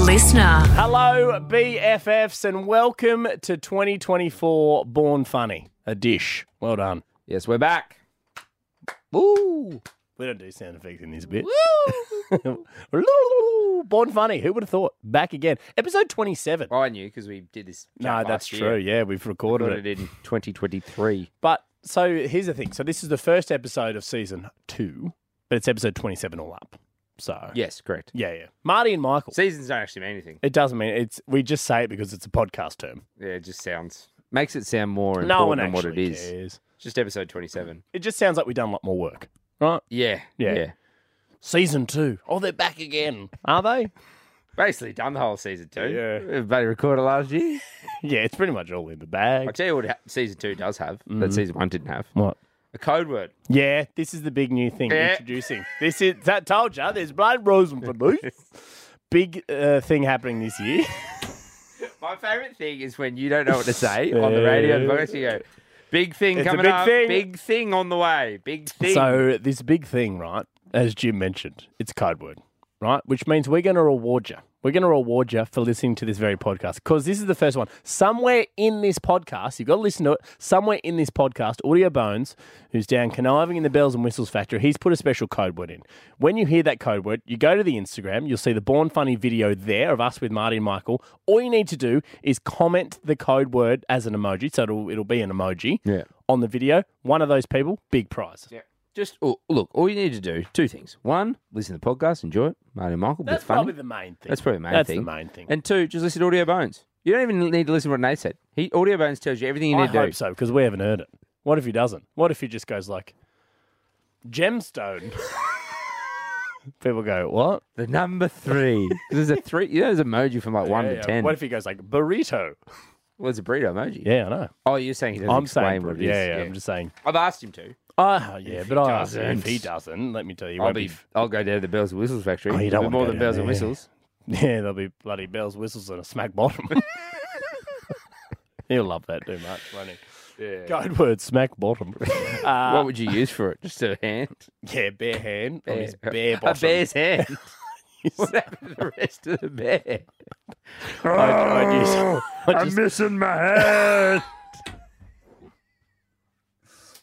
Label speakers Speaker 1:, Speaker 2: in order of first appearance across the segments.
Speaker 1: listener.
Speaker 2: Hello, BFFs, and welcome to 2024 Born Funny, a dish. Well done.
Speaker 3: Yes, we're back. Ooh.
Speaker 2: We don't do sound effects in this bit. Born Funny, who would have thought? Back again. Episode 27.
Speaker 3: I knew because we did this.
Speaker 2: No,
Speaker 3: chat
Speaker 2: that's
Speaker 3: last year.
Speaker 2: true. Yeah, we've
Speaker 3: Put
Speaker 2: recorded
Speaker 3: it
Speaker 2: it.
Speaker 3: in 2023.
Speaker 2: But so here's the thing. So this is the first episode of season two, but it's episode 27 all up. So
Speaker 3: Yes, correct.
Speaker 2: yeah, yeah. Marty and Michael.
Speaker 3: Seasons don't actually mean anything.
Speaker 2: It doesn't mean it's. We just say it because it's a podcast term.
Speaker 3: Yeah, it just sounds makes it sound more important
Speaker 2: No one
Speaker 3: than
Speaker 2: actually
Speaker 3: what it is.
Speaker 2: cares.
Speaker 3: Just episode 27.
Speaker 2: It just sounds like we've done a lot more work, right?
Speaker 3: Yeah,
Speaker 2: Yeah.
Speaker 3: yeah,
Speaker 2: Season two. Oh, they're back again. Are they?
Speaker 3: Basically done the whole season two.
Speaker 2: Yeah.
Speaker 3: everybody recorded last year.
Speaker 2: yeah, it's pretty much all in the
Speaker 3: I
Speaker 2: bag.
Speaker 3: tell you what, ha- season two does have
Speaker 2: Mm-hmm.
Speaker 3: that season one didn't have
Speaker 2: What?
Speaker 3: a code word.
Speaker 2: Yeah, this is the big new thing
Speaker 3: Yeah.
Speaker 2: introducing. This is that told you. There's blood rosin for loose. Big uh, thing happening this year.
Speaker 3: My favorite thing is when you don't know what to say on the radio.
Speaker 2: Yeah.
Speaker 3: and podcast, You go, big thing
Speaker 2: It's a
Speaker 3: coming
Speaker 2: big
Speaker 3: up.
Speaker 2: thing."
Speaker 3: Big thing on the way. Big thing.
Speaker 2: So this big thing, right? As Jim mentioned, it's code word, right? Which means we're going to reward you. We're going to reward you for listening to this very podcast because this is the first one. Somewhere in this podcast, you've got to listen to it. Somewhere in this podcast, Audio Bones, who's down conniving in the bells and whistles factory, he's put a special code word in. When you hear that code word, you go to the Instagram. You'll see the Born Funny video there of us with Marty and Michael. All you need to do is comment the code word as an emoji, so it'll it'll be an emoji
Speaker 3: Yeah.
Speaker 2: on the video. One of those people, big prize.
Speaker 3: Yeah. Just oh, look, all you need to do two things. One, listen to the podcast, enjoy it. Marty and Michael,
Speaker 2: That's
Speaker 3: bit funny.
Speaker 2: probably the main thing.
Speaker 3: That's probably the main
Speaker 2: That's
Speaker 3: thing.
Speaker 2: the main thing.
Speaker 3: And two, just listen to Audio Bones. You don't even need to listen to what Nate said. He Audio Bones tells you everything you
Speaker 2: I
Speaker 3: need to
Speaker 2: hope
Speaker 3: do.
Speaker 2: so because we haven't heard it. What if he doesn't? What if he just goes like gemstone? People go what?
Speaker 3: The number three. 'Cause there's a three. You know, there's an emoji from like one
Speaker 2: Yeah,
Speaker 3: to
Speaker 2: yeah.
Speaker 3: ten.
Speaker 2: What if he goes like burrito?
Speaker 3: well, it's a burrito emoji.
Speaker 2: Yeah, I know.
Speaker 3: Oh, you're saying he doesn't
Speaker 2: I'm
Speaker 3: explain
Speaker 2: saying
Speaker 3: what it
Speaker 2: burrito.
Speaker 3: is.
Speaker 2: Yeah, yeah, I'm just saying.
Speaker 3: I've asked him to.
Speaker 2: Oh, yeah, but I if
Speaker 3: doesn't.
Speaker 2: he doesn't, let me tell you, he
Speaker 3: I'll
Speaker 2: won't
Speaker 3: be.
Speaker 2: be.
Speaker 3: I'll go down to the bells and whistles factory.
Speaker 2: Oh, you don't
Speaker 3: There'll be
Speaker 2: wanna
Speaker 3: more
Speaker 2: go
Speaker 3: than
Speaker 2: down
Speaker 3: bells and
Speaker 2: there, yeah.
Speaker 3: whistles.
Speaker 2: Yeah, there'll be bloody bells, whistles, and a smack bottom. He'll love that too much, won't he?
Speaker 3: Yeah.
Speaker 2: Code word smack bottom. Uh,
Speaker 3: what would you use for it? Just a hand.
Speaker 2: yeah, bare hand on his
Speaker 3: Yeah.
Speaker 2: bare
Speaker 3: a
Speaker 2: bottom.
Speaker 3: bear's hand. what happened to the rest of the bear?
Speaker 2: I- I'd use- I'd use-
Speaker 3: missing my hand.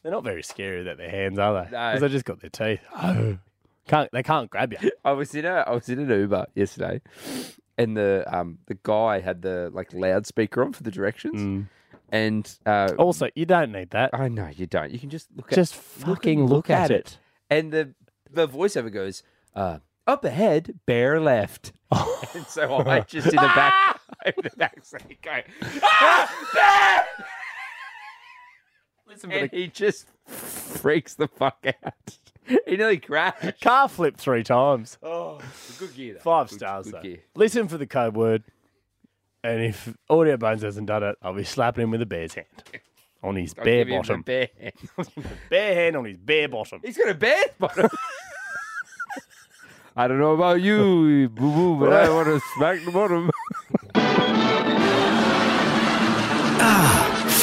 Speaker 2: They're not very scary without their hands, are they?
Speaker 3: No.
Speaker 2: Because they just got their teeth. Oh. Can't, they can't grab you.
Speaker 3: I was in a I was in an Uber yesterday, and the um the guy had the like loudspeaker on for the directions, and uh,
Speaker 2: Also, you don't need that.
Speaker 3: I know you don't. You can just look at
Speaker 2: Just
Speaker 3: look-
Speaker 2: fucking look, at, it.
Speaker 3: and the the voiceover goes uh, up ahead, bear left,
Speaker 2: Oh.
Speaker 3: and so I just in the back in the back seat go "Ah, bear!"
Speaker 2: Listen
Speaker 3: and he just freaks the fuck out. he nearly crashed.
Speaker 2: car flip three times.
Speaker 3: Oh, good gear. Though.
Speaker 2: Five
Speaker 3: Good-
Speaker 2: stars,
Speaker 3: good
Speaker 2: though.
Speaker 3: gear.
Speaker 2: Listen for the code word. And if Audio Bones hasn't done it, I'll be slapping him with a bear's hand. On his
Speaker 3: I'll
Speaker 2: bare
Speaker 3: give him a
Speaker 2: bottom.
Speaker 3: bear.
Speaker 2: Bare hand on his bare bottom.
Speaker 3: He's got a bear bottom. I don't know about you, boo boo, but I want to smack the bottom.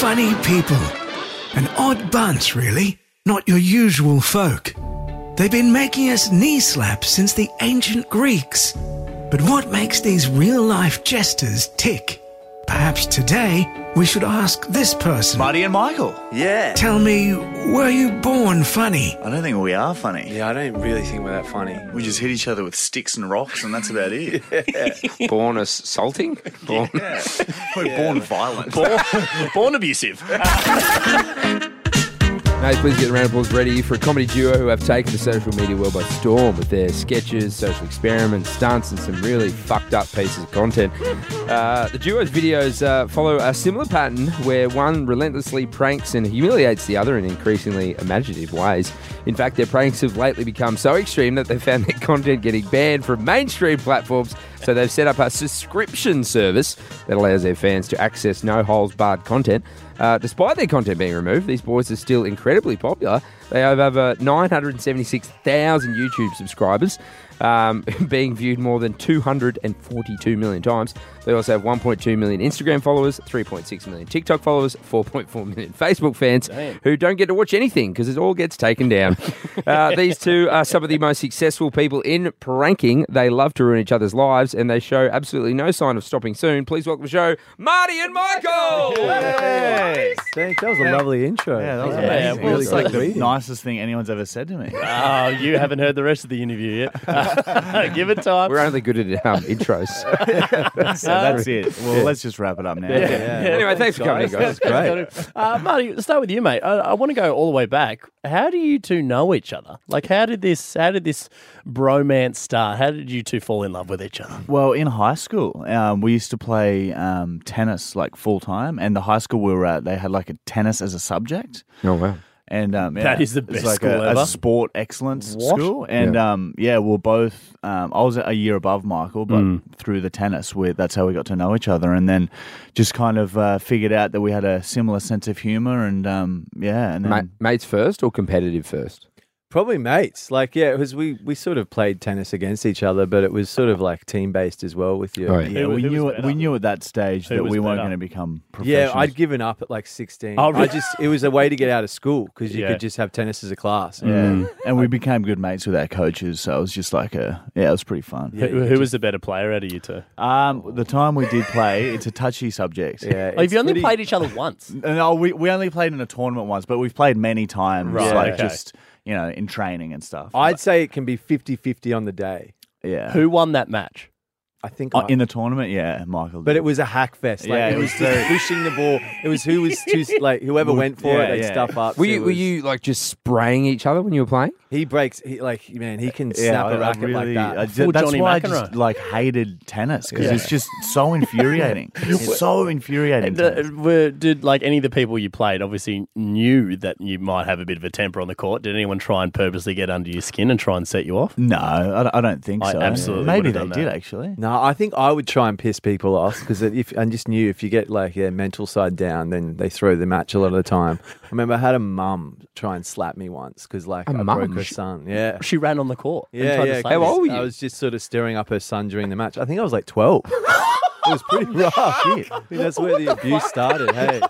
Speaker 4: Funny people. An odd bunch, really. Not your usual folk. They've been making us knee slaps since the ancient Greeks. But what makes these real life jesters tick? Perhaps today we should ask this person
Speaker 5: Marty and Michael. Yeah.
Speaker 4: Tell me, were you born funny?
Speaker 5: I don't think we are funny.
Speaker 6: Yeah, I don't really think we're that funny.
Speaker 5: We just hit each other with sticks and rocks, and that's about it.
Speaker 3: Born assaulting? Born.
Speaker 5: Yeah. We're born violent.
Speaker 2: Born abusive.
Speaker 3: Mate, please get the round of applause ready for a comedy duo who have taken the social media world by storm with their sketches, social experiments, stunts, and some really fucked up pieces of content. Uh, the duo's videos uh, follow a similar pattern where one relentlessly pranks and humiliates the other in increasingly imaginative ways. In fact, their pranks have lately become so extreme that they've found their content getting banned from mainstream platforms, so they've set up a subscription service that allows their fans to access no holes barred content. Uh, despite their content being removed, these boys are still incredibly popular. They have over 976,000 YouTube subscribers. um, being viewed more than 242 million times. They also have 1.2 million Instagram followers, 3.6 million TikTok followers, 4.4 million Facebook fans who don't get to watch anything because it all gets taken down. uh, these two are some of the most successful people in pranking. They love to ruin each other's lives and they show absolutely no sign of stopping soon. Please welcome to the show, Marty and Michael.
Speaker 1: Hey, thanks. That was a lovely intro.
Speaker 6: Yeah, that was
Speaker 2: Yeah,
Speaker 6: amazing.
Speaker 2: well,
Speaker 6: it's
Speaker 2: it's
Speaker 6: like
Speaker 2: like
Speaker 6: the nicest thing anyone's ever said to me.
Speaker 2: Oh, you haven't heard the rest of the interview yet. Give it time.
Speaker 3: We're only good at um, intros.
Speaker 6: so that's it. Well, let's just wrap it up now.
Speaker 3: anyway, thanks for coming, guys.
Speaker 2: great. Uh, Marty, let's start with you, mate. I, I want to go all the way back. How do you two know each other? Like, how did this? How did this bromance start? How did you two fall in love with each other?
Speaker 6: Well, in high school, um, we used to play um, tennis like full time, and the high school we were at, they had like a tennis as a subject.
Speaker 3: Oh, wow.
Speaker 6: And um, yeah,
Speaker 2: That is the
Speaker 6: it's
Speaker 2: best
Speaker 6: like
Speaker 2: school
Speaker 6: a, a
Speaker 2: ever.
Speaker 6: sport excellence
Speaker 2: What?
Speaker 6: school. And yeah, um, yeah we're both. Um, I was a year above Michael, but through the tennis, we, that's how we got to know each other, and then just kind of uh, figured out that we had a similar sense of humor, and um, yeah, and then
Speaker 3: Ma- mates first or competitive first?
Speaker 1: Probably mates. Like, yeah, it was we we sort of played tennis against each other, but it was sort of like team based as well with you.
Speaker 3: Oh, yeah.
Speaker 6: Yeah,
Speaker 2: Who-
Speaker 6: we
Speaker 2: who
Speaker 6: knew
Speaker 2: was
Speaker 6: it.
Speaker 2: better?
Speaker 6: We knew at that stage
Speaker 2: Who
Speaker 6: that
Speaker 2: was
Speaker 6: we weren't
Speaker 2: better?
Speaker 6: going to become
Speaker 1: Yeah,
Speaker 6: professionals.
Speaker 1: I'd given up at like 16.
Speaker 2: Oh, really?
Speaker 1: I just it was a way to get out of school because you
Speaker 2: Yeah.
Speaker 1: could just have tennis as a class.
Speaker 6: Yeah. and we became good mates with our coaches, so it was just like a yeah, it was pretty fun.
Speaker 2: who who was the better player out of you two?
Speaker 6: Um, the time we did play, it's a touchy subject.
Speaker 1: Yeah,
Speaker 2: Like,
Speaker 1: it's
Speaker 2: you Oh, only
Speaker 1: pretty-
Speaker 2: played each other once.
Speaker 6: And, oh, we we only played in a tournament once, but we've played many times,
Speaker 2: Right,
Speaker 6: like
Speaker 2: okay.
Speaker 6: just you know in training and stuff.
Speaker 1: I'd say it can be 50-50 on the day.
Speaker 6: yeah,
Speaker 2: Who won that match?
Speaker 1: I think
Speaker 6: Oh,
Speaker 1: I-
Speaker 6: in the tournament? Yeah, Michael.
Speaker 1: But
Speaker 6: did.
Speaker 1: it was a hack fest. Like,
Speaker 6: Yeah,
Speaker 1: it
Speaker 6: it
Speaker 1: was
Speaker 6: was
Speaker 1: just pushing the ball. It was who was too like whoever went for
Speaker 6: yeah,
Speaker 1: it, they
Speaker 6: yeah.
Speaker 1: stuff up.
Speaker 3: Were
Speaker 1: It
Speaker 3: you, were
Speaker 1: was-
Speaker 3: you like just spraying each other when you were playing?
Speaker 1: He breaks. He like man. He can
Speaker 6: yeah,
Speaker 1: snap
Speaker 6: I-
Speaker 1: a
Speaker 6: I
Speaker 1: racket
Speaker 6: really-
Speaker 1: like
Speaker 6: I
Speaker 1: that.
Speaker 6: ju-
Speaker 2: Full
Speaker 6: that's
Speaker 2: Johnny
Speaker 6: why I
Speaker 2: McEnroe.
Speaker 6: just like hated tennis because it's just so infuriating. it's so infuriating.
Speaker 2: The-
Speaker 6: tennis.
Speaker 2: uh, were, did like any of the people you played obviously knew that you might have a bit of a temper on the court? Did anyone try and purposely get under your skin and try and set you off?
Speaker 6: No, I, don't- I don't think
Speaker 2: I
Speaker 6: so.
Speaker 2: absolutely
Speaker 6: Maybe
Speaker 2: would've
Speaker 6: they
Speaker 2: done that.
Speaker 6: did actually.
Speaker 1: No, I think I would try and piss people off because if and just knew if you get like their mental side down, then they throw the match a lot of the time. I remember I had a mum try and slap me once because like I broke
Speaker 3: mum?
Speaker 1: her son. Yeah.
Speaker 2: She ran on the court. and
Speaker 1: Yeah,
Speaker 2: tried to
Speaker 1: yeah.
Speaker 2: slap
Speaker 3: How
Speaker 2: you.
Speaker 3: old were you?
Speaker 1: I was just sort of stirring up her son during the match. I think I was like twelve. it was pretty rough. I think that's where the abuse started. Hey, um,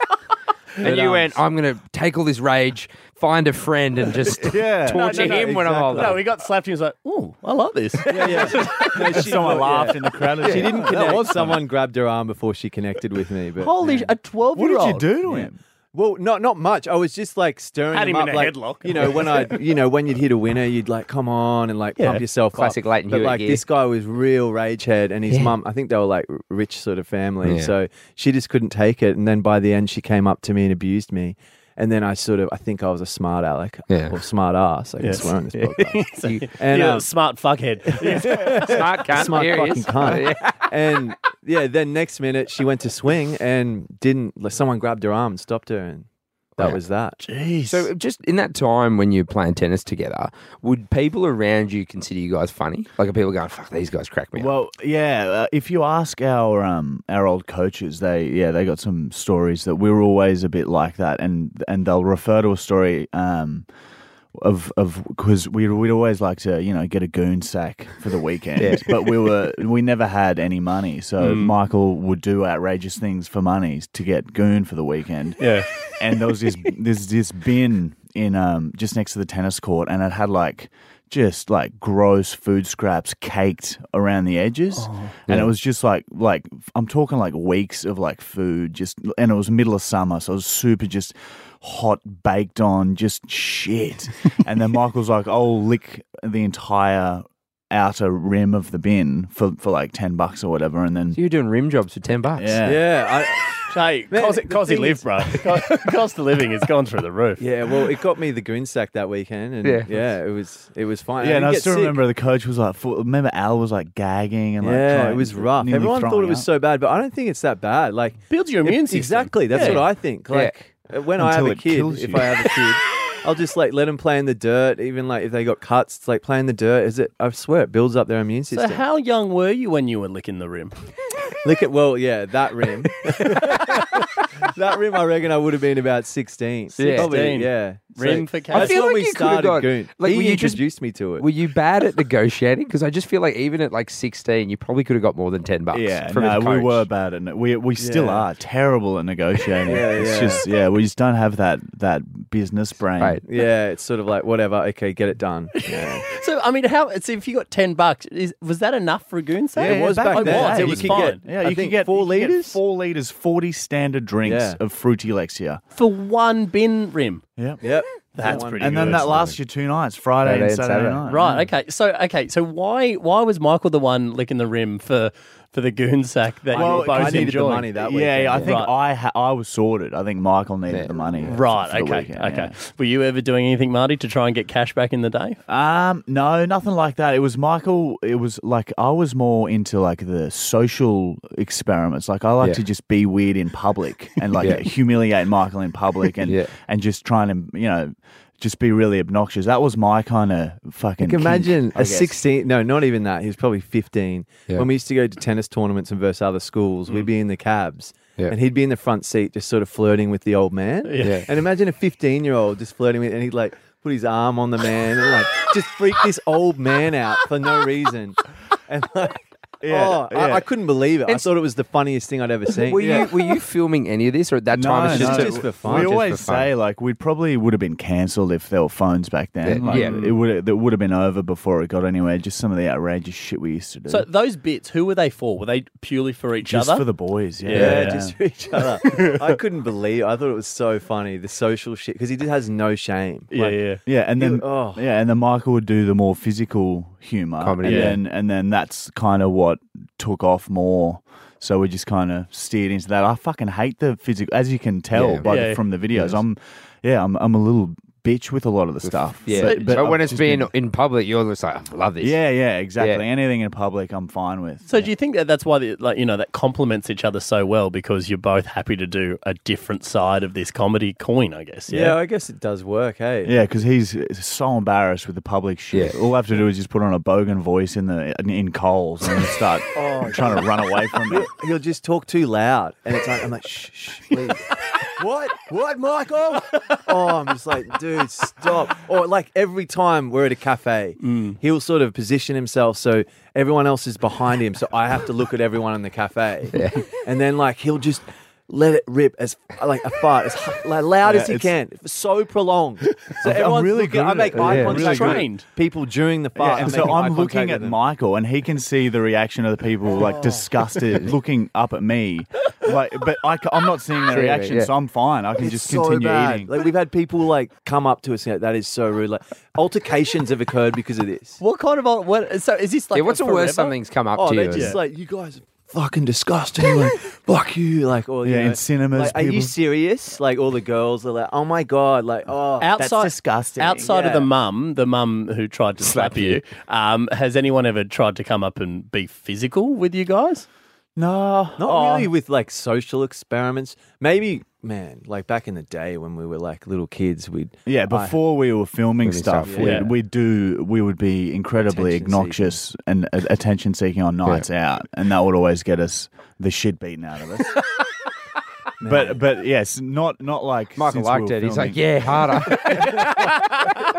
Speaker 3: And you went, I'm going to take all this rage, find a friend, and just
Speaker 6: Yeah.
Speaker 3: torture
Speaker 2: no,
Speaker 3: him when I'm older.
Speaker 2: No, he got slapped. He was like, "Ooh, I love this."
Speaker 1: yeah, yeah. No, she,
Speaker 6: Someone laughed in the crowd.
Speaker 1: she didn't connect. someone grabbed her arm before she connected with me. But
Speaker 2: Holy, sh- a
Speaker 6: What
Speaker 2: twelve-year-old.
Speaker 6: did you do to him?
Speaker 1: Well, not not much. I was just like stirring
Speaker 2: Had
Speaker 1: them
Speaker 2: him in
Speaker 1: up,
Speaker 2: a
Speaker 1: like,
Speaker 2: headlock.
Speaker 1: You know, when I, you know, when you'd hit a winner, you'd like come on and like pump yourself
Speaker 3: Classic
Speaker 1: up.
Speaker 3: Leighton
Speaker 1: But
Speaker 3: Hewitt
Speaker 1: like
Speaker 3: gear.
Speaker 1: this guy was real rage head, and his mum. I think they were like r- rich sort of family,
Speaker 3: Yeah.
Speaker 1: so she just couldn't take it. And then by the end, she came up to me and abused me. And then I sort of, I think I was a smart aleck
Speaker 3: Yeah.
Speaker 1: or smart ass. I can swear on this podcast.
Speaker 2: And
Speaker 1: And,
Speaker 2: yeah,
Speaker 1: um,
Speaker 2: smart fuckhead.
Speaker 3: Smart cunt.
Speaker 1: Smart
Speaker 3: here he
Speaker 1: fucking
Speaker 3: is.
Speaker 1: cunt. and yeah, then next minute she went to swing and didn't. Like, someone grabbed her arm and stopped her, and that
Speaker 3: Wow.
Speaker 1: was that.
Speaker 2: Jeez.
Speaker 3: So, just in that time when you're playing tennis together, would people around you consider you guys funny? Like, are people going, fuck, these guys crack me up?
Speaker 6: Well, yeah. Uh, if you ask our um, our old coaches, they yeah they got some stories that we were always a bit like that, and and they'll refer to a story. Um, of of because we we'd always like to you know get a goon sack for the weekend, but we were we never had any money,
Speaker 3: Mm.
Speaker 6: so Michael would do outrageous things for money to get goon for the weekend.
Speaker 2: yeah.
Speaker 6: and there was this this this bin in um just next to the tennis court, and it had like just like gross food scraps caked around the edges, and it was just like like I'm talking like weeks of like food, just and it was middle of summer, so it was super just hot baked on just shit, and then Michael's like, I'll lick the entire outer rim of the bin for for like ten bucks or whatever, and then
Speaker 3: so, you're doing rim jobs for 10 bucks.
Speaker 6: yeah.
Speaker 1: Yeah, I,
Speaker 2: Hey,
Speaker 1: Man,
Speaker 2: cost,
Speaker 1: the
Speaker 2: cost
Speaker 1: thing
Speaker 2: live,
Speaker 1: is-
Speaker 2: bro. Co- cost of living has gone through the roof.
Speaker 1: yeah. Well, it got me the goon sack that weekend, and
Speaker 3: Yeah.
Speaker 1: yeah, it was it was fine.
Speaker 6: Yeah, and I
Speaker 1: didn't
Speaker 6: still
Speaker 1: get sick.
Speaker 6: remember the coach was like, full, remember Al was like gagging and like,
Speaker 1: Yeah,
Speaker 6: trying-
Speaker 1: it was rough.
Speaker 6: nearly
Speaker 1: Everyone thought
Speaker 6: throwing
Speaker 1: it was
Speaker 6: up.
Speaker 1: so bad, but I don't think it's that bad. Like
Speaker 2: Builds your immune system.
Speaker 1: Exactly. That's
Speaker 2: Yeah.
Speaker 1: what I think. Like uh, when I
Speaker 6: Until
Speaker 1: have a
Speaker 6: it
Speaker 1: kid,
Speaker 6: kills
Speaker 1: if
Speaker 6: you.
Speaker 1: I have a kid, I'll just like let them play in the dirt. Even like if they got cuts, it's like playing the dirt. Is it? I swear, it builds up their immune
Speaker 2: So,
Speaker 1: system.
Speaker 2: how young were you when you were licking the rim?
Speaker 1: Look at well, yeah, that rim. that rim, I reckon I would have been about sixteen.
Speaker 3: Yeah.
Speaker 1: Probably,
Speaker 2: 16.
Speaker 1: yeah.
Speaker 2: Rim for
Speaker 1: I
Speaker 2: cats.
Speaker 1: feel when like we
Speaker 3: you could've
Speaker 1: started
Speaker 3: gone-
Speaker 1: Goon.
Speaker 3: like, were
Speaker 1: he
Speaker 3: you just-
Speaker 1: introduced me to it.
Speaker 3: Were you bad at negotiating? Because I just feel like even at like 16, you probably could have got more than 10 bucks.
Speaker 6: Yeah,
Speaker 3: from
Speaker 6: no,
Speaker 3: his
Speaker 6: we
Speaker 3: coach.
Speaker 6: were bad at it. We we still
Speaker 1: Yeah.
Speaker 6: are terrible at negotiating. It's just yeah, we just don't have that that business brain.
Speaker 3: Right.
Speaker 1: yeah, it's sort of like whatever. Okay, get it done. Yeah,
Speaker 2: So I mean, how? So if you got ten bucks, is, was that enough for a goon sale?
Speaker 6: Yeah,
Speaker 1: it was
Speaker 6: back
Speaker 1: back,
Speaker 6: in the
Speaker 1: then.
Speaker 6: day,
Speaker 1: You
Speaker 6: it
Speaker 2: was
Speaker 1: could
Speaker 2: fine.
Speaker 1: get-
Speaker 6: Yeah,
Speaker 1: I
Speaker 6: you can
Speaker 1: think
Speaker 6: get
Speaker 1: four
Speaker 6: you could get
Speaker 1: liters.
Speaker 6: four liters, forty standard drinks
Speaker 1: Yeah.
Speaker 6: of fruity Lexia.
Speaker 2: for one bin rim.
Speaker 6: Yeah,
Speaker 1: Yep,
Speaker 6: that's
Speaker 1: One-
Speaker 6: pretty. And then that lasts you two nights, Friday, and Saturday, night.
Speaker 2: Right. Okay. So okay. So why why was Michael the one licking the rim for for the goon sack that you
Speaker 6: Well,
Speaker 2: were both
Speaker 1: I needed the
Speaker 2: enjoying?
Speaker 1: money that
Speaker 6: Yeah,
Speaker 1: weekend.
Speaker 6: yeah, I think
Speaker 2: Right.
Speaker 6: I ha- I was sorted. I think Michael needed the money.
Speaker 2: Right.
Speaker 6: for the
Speaker 2: Okay.
Speaker 6: weekend,
Speaker 2: okay.
Speaker 6: yeah.
Speaker 2: Were you ever doing anything, Marty, to try and get cash back in the day?
Speaker 6: Um, no, nothing like that. It was Michael. It was like I was more into like the social experiments. Like I like
Speaker 3: Yeah.
Speaker 6: to just be weird in public and like humiliate Michael in public and
Speaker 3: Yeah.
Speaker 6: and just trying to you know just be really obnoxious. That was my kind of fucking.
Speaker 1: Like, imagine
Speaker 6: kink, I
Speaker 1: a
Speaker 6: guess.
Speaker 1: 16 no not even that he was probably 15
Speaker 3: Yeah.
Speaker 1: when we used to go to tennis tournaments and versus other schools we'd be in the cabs
Speaker 3: Yeah.
Speaker 1: and he'd be in the front seat just sort of flirting with the old man
Speaker 3: Yeah.
Speaker 1: and imagine a 15 year old just flirting with and he'd like put his arm on the man and like just freak this old man out for no reason and like
Speaker 6: Yeah,
Speaker 1: oh I,
Speaker 6: yeah.
Speaker 1: I couldn't believe it I thought it was the funniest thing I'd ever seen
Speaker 3: Were you were you filming any of this, or at that time it's just,
Speaker 1: no.
Speaker 3: to-
Speaker 1: Just for fun.
Speaker 6: We
Speaker 1: Just for
Speaker 6: always
Speaker 3: fun.
Speaker 6: say like we probably would have been cancelled if there were phones back then.
Speaker 3: Yeah,
Speaker 6: Like,
Speaker 3: yeah.
Speaker 6: it would that would have been over before it got anywhere. Just some of the outrageous shit we used to do.
Speaker 2: So those bits, who were they for? Were they purely for each
Speaker 6: just
Speaker 2: other?
Speaker 6: for the boys, yeah.
Speaker 1: Yeah, just for each other. I couldn't believe. I thought it was so funny the social shit because he just has no shame.
Speaker 2: yeah,
Speaker 1: Like,
Speaker 2: yeah.
Speaker 6: Yeah, and then
Speaker 1: would- oh.
Speaker 6: yeah, and then Michael would do the more physical humor,
Speaker 3: Comedy,
Speaker 6: and
Speaker 3: yeah.
Speaker 6: then and then that's kind of what took off more. So we just kind of steered into that. I fucking hate the physical, as you can tell
Speaker 3: Yeah.
Speaker 6: by the-
Speaker 2: Yeah.
Speaker 6: from the videos. I'm, yeah, I'm, I'm a little bitch with a lot of the stuff.
Speaker 3: Yeah, but, when it's been in public, you're just like, I love this.
Speaker 6: yeah, yeah, exactly.
Speaker 3: Yeah.
Speaker 6: Anything in public, I'm fine with.
Speaker 2: So do you think that that's why, the, like you know, that complements each other so well because you're both happy to do a different side of this comedy coin, I guess.
Speaker 1: Yeah, I guess it does work. Hey,
Speaker 6: Yeah, because he's so embarrassed with the public shit.
Speaker 3: Yeah.
Speaker 6: All I have to do is just put on a bogan voice in the in Coles and start
Speaker 2: Oh,
Speaker 6: trying to run away from it.
Speaker 1: he'll just talk too loud, and it's like I'm like, shh, shh, please. what, what, Michael? Oh, I'm just like, dude, stop. Or like every time we're at a cafe,
Speaker 6: Mm.
Speaker 1: he'll sort of position himself so everyone else is behind him, so I have to look at everyone in the cafe, and then like he'll just. Let it rip as like a fart as hu- like, loud
Speaker 6: Yeah,
Speaker 1: as he
Speaker 6: it's-
Speaker 1: can, so prolonged. So everyone's
Speaker 6: really
Speaker 1: looking-
Speaker 6: good
Speaker 1: I
Speaker 6: at
Speaker 1: make
Speaker 6: it.
Speaker 1: eye
Speaker 3: Yeah,
Speaker 1: contact
Speaker 2: really good.
Speaker 1: with people during the fart.
Speaker 6: Yeah, and so
Speaker 1: making eye
Speaker 6: I'm
Speaker 1: contact
Speaker 6: looking
Speaker 1: with
Speaker 6: at
Speaker 1: them.
Speaker 6: Michael, and he can see the reaction of the people,
Speaker 3: Oh.
Speaker 6: like disgusted, looking up at me. Like, but I, am not seeing their
Speaker 3: Seeing it,
Speaker 6: reaction,
Speaker 3: yeah.
Speaker 6: so I'm fine. I can
Speaker 1: It's
Speaker 6: just
Speaker 1: so
Speaker 6: continue
Speaker 1: bad.
Speaker 6: eating.
Speaker 1: Like we've had people like come up to us and go, that is so rude. Like altercations have occurred because of this.
Speaker 2: What kind of al- what? So is this like
Speaker 3: Yeah, what's
Speaker 2: a
Speaker 3: the worst
Speaker 2: forever?
Speaker 3: something's come up
Speaker 1: Oh,
Speaker 3: to
Speaker 1: they're
Speaker 3: you?
Speaker 1: just like you guys are fucking disgusting. Like fuck you. Like or you
Speaker 6: Yeah, in
Speaker 1: know,
Speaker 6: cinemas,
Speaker 1: Like, are you
Speaker 6: people-
Speaker 1: serious? Like all the girls are like, oh my god. Like oh,
Speaker 2: Outside,
Speaker 6: disgusting.
Speaker 2: Outside of
Speaker 1: Yeah.
Speaker 2: the mum, the mum who tried to slap, you, um, has anyone ever tried to come up and be physical with you guys?
Speaker 6: no,
Speaker 1: not
Speaker 6: oh,
Speaker 1: really with like social experiments. Maybe man, like back in the day when we were like little kids, we'd
Speaker 6: Yeah, before we were filming stuff,
Speaker 3: stuff,
Speaker 6: we'd,
Speaker 2: yeah.
Speaker 6: we'd do we would be incredibly
Speaker 1: Attention-seeking.
Speaker 6: obnoxious and uh, attention seeking on nights out, and that would always get us the shit beaten out of us. but but yes, not not like
Speaker 3: Michael
Speaker 6: since we
Speaker 3: liked
Speaker 6: were
Speaker 3: it. He's like,
Speaker 6: filming.
Speaker 3: yeah, harder.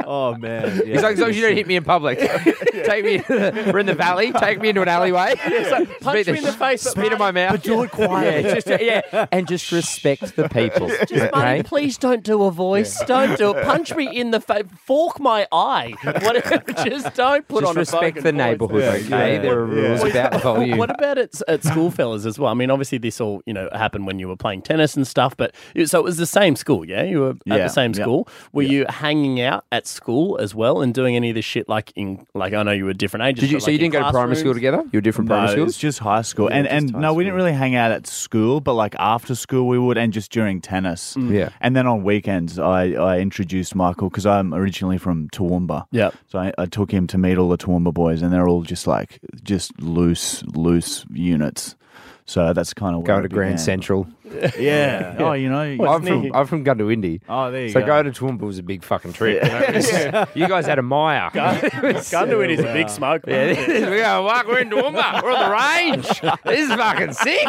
Speaker 1: oh man, yeah.
Speaker 3: He's like, as long as you don't hit me in public, take me. We're in the valley. Take me into an alleyway.
Speaker 2: punch
Speaker 3: Spit
Speaker 2: me in the face, but
Speaker 3: Spit in my mouth. But do it quietly. Yeah, just, yeah, and just respect the people. okay.
Speaker 2: please don't do a voice. Don't do it. Punch me in the face. Fork my eye. Whatever. Just don't put
Speaker 3: Just
Speaker 2: on a
Speaker 3: respect
Speaker 2: fucking
Speaker 3: the
Speaker 2: voice.
Speaker 3: neighbourhood. Okay.
Speaker 1: yeah.
Speaker 3: There are rules about volume.
Speaker 2: What about at, at school, fellas, as well? I mean, obviously, this all you know happened when you were playing tennis and stuff. But it- so it was the same school, yeah? You were at
Speaker 6: Yeah,
Speaker 2: the same
Speaker 6: yeah.
Speaker 2: school. Were you hanging out at school as well and doing any of this shit? Like in, like I know you were different ages.
Speaker 3: Did you,
Speaker 2: but
Speaker 3: so
Speaker 2: like
Speaker 3: you
Speaker 2: in
Speaker 3: didn't go to primary school
Speaker 2: classrooms?
Speaker 3: together? You were different primary
Speaker 6: No,
Speaker 3: schools.
Speaker 6: it's just high school, and and no, we didn't really hang out at school, but like after school we would, and just during tennis,
Speaker 3: Yeah.
Speaker 6: And then on weekends, I, I introduced Michael because I'm originally from Toowoomba,
Speaker 2: Yep.
Speaker 6: So I, I took him to meet all the Toowoomba boys, and they're all just like just loose loose units. So that's kind of
Speaker 3: Going to Grand Central.
Speaker 6: Yeah. Oh, you know. you-
Speaker 3: I'm from I'm from Gundawindi.
Speaker 6: oh, there you
Speaker 3: so
Speaker 6: go.
Speaker 3: going to Toowoomba was a big fucking trip. You, know? you guys had a mire.
Speaker 2: Gunduin is a big smoke.
Speaker 3: Yeah,
Speaker 2: man.
Speaker 3: this is- we go, Mark, we're in Toowoomba. We're on the range. This is fucking sick.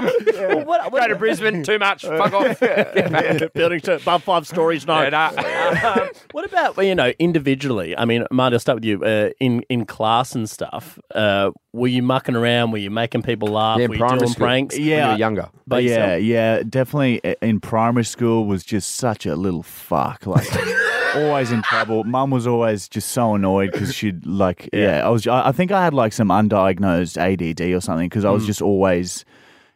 Speaker 3: Go to Brisbane. Too much. Fuck off. Get back.
Speaker 2: Building to above five stories, no.
Speaker 3: Yeah, nah.
Speaker 2: Um, What about well, you know individually? I mean, Marty, I'll start with you. Uh, in in class and stuff, uh, were you mucking around? Were you making people laugh?
Speaker 3: Yeah,
Speaker 2: were you
Speaker 3: in primary
Speaker 2: doing
Speaker 3: school.
Speaker 2: pranks?
Speaker 3: When you
Speaker 6: Yeah.
Speaker 3: were younger.
Speaker 2: by
Speaker 6: yeah,
Speaker 2: yourself?
Speaker 6: yeah, definitely. i- In primary school, was just such a little fuck. Like, always in trouble. Mum was always just so annoyed because she'd like, yeah. I was. I I think I had like some undiagnosed ADD or something because I
Speaker 3: Mm.
Speaker 6: was just always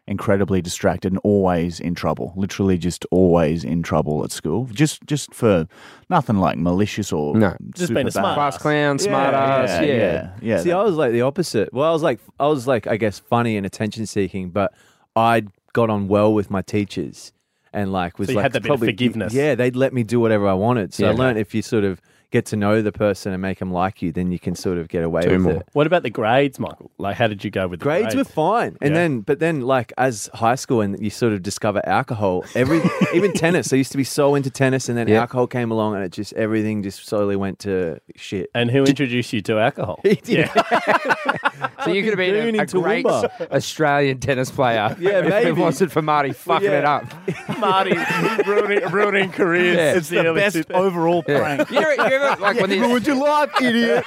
Speaker 6: incredibly distracted and always in trouble. Literally, just always in trouble at school. Just, just for nothing like malicious or
Speaker 3: No.
Speaker 2: Just being a
Speaker 6: super
Speaker 2: smart
Speaker 6: bad.
Speaker 3: Class clown, smart ass. Yeah.
Speaker 6: yeah, yeah.
Speaker 1: See, I was like the opposite. Well, I was like, I was like, I guess funny and attention seeking, but I got on well with my teachers, and like was
Speaker 2: So you
Speaker 1: like
Speaker 2: had that bit of
Speaker 1: probably
Speaker 2: forgiveness.
Speaker 1: Yeah, they'd let me do whatever I wanted. So I
Speaker 3: Yeah.
Speaker 1: learned if you sort of get to know the person and make them like you, then you can sort of get away
Speaker 3: Do
Speaker 1: with
Speaker 3: more.
Speaker 1: it.
Speaker 2: What about the grades, Michael? Like, how did you go with the
Speaker 1: Grades
Speaker 2: grades?
Speaker 1: were fine, and
Speaker 2: Yeah.
Speaker 1: then but then like as high school and you sort of discover alcohol. Every even tennis, I used to be so into tennis, and then
Speaker 3: Yeah.
Speaker 1: alcohol came along, and it just everything just slowly went to shit.
Speaker 2: and who introduced you to alcohol?
Speaker 1: Yeah,
Speaker 3: So you could have
Speaker 1: doing
Speaker 3: been a,
Speaker 1: in
Speaker 3: a great
Speaker 1: Toowoomba?
Speaker 3: Australian tennis player.
Speaker 1: Yeah,
Speaker 3: if it
Speaker 1: maybe.
Speaker 3: wasn't for Marty fucking it
Speaker 1: Yeah.
Speaker 3: up.
Speaker 2: Marty ruining, ruining careers.
Speaker 3: Yeah.
Speaker 2: It's the best.
Speaker 6: overall prank.
Speaker 3: You, know, you ever like when the,
Speaker 1: ruined your life, idiot.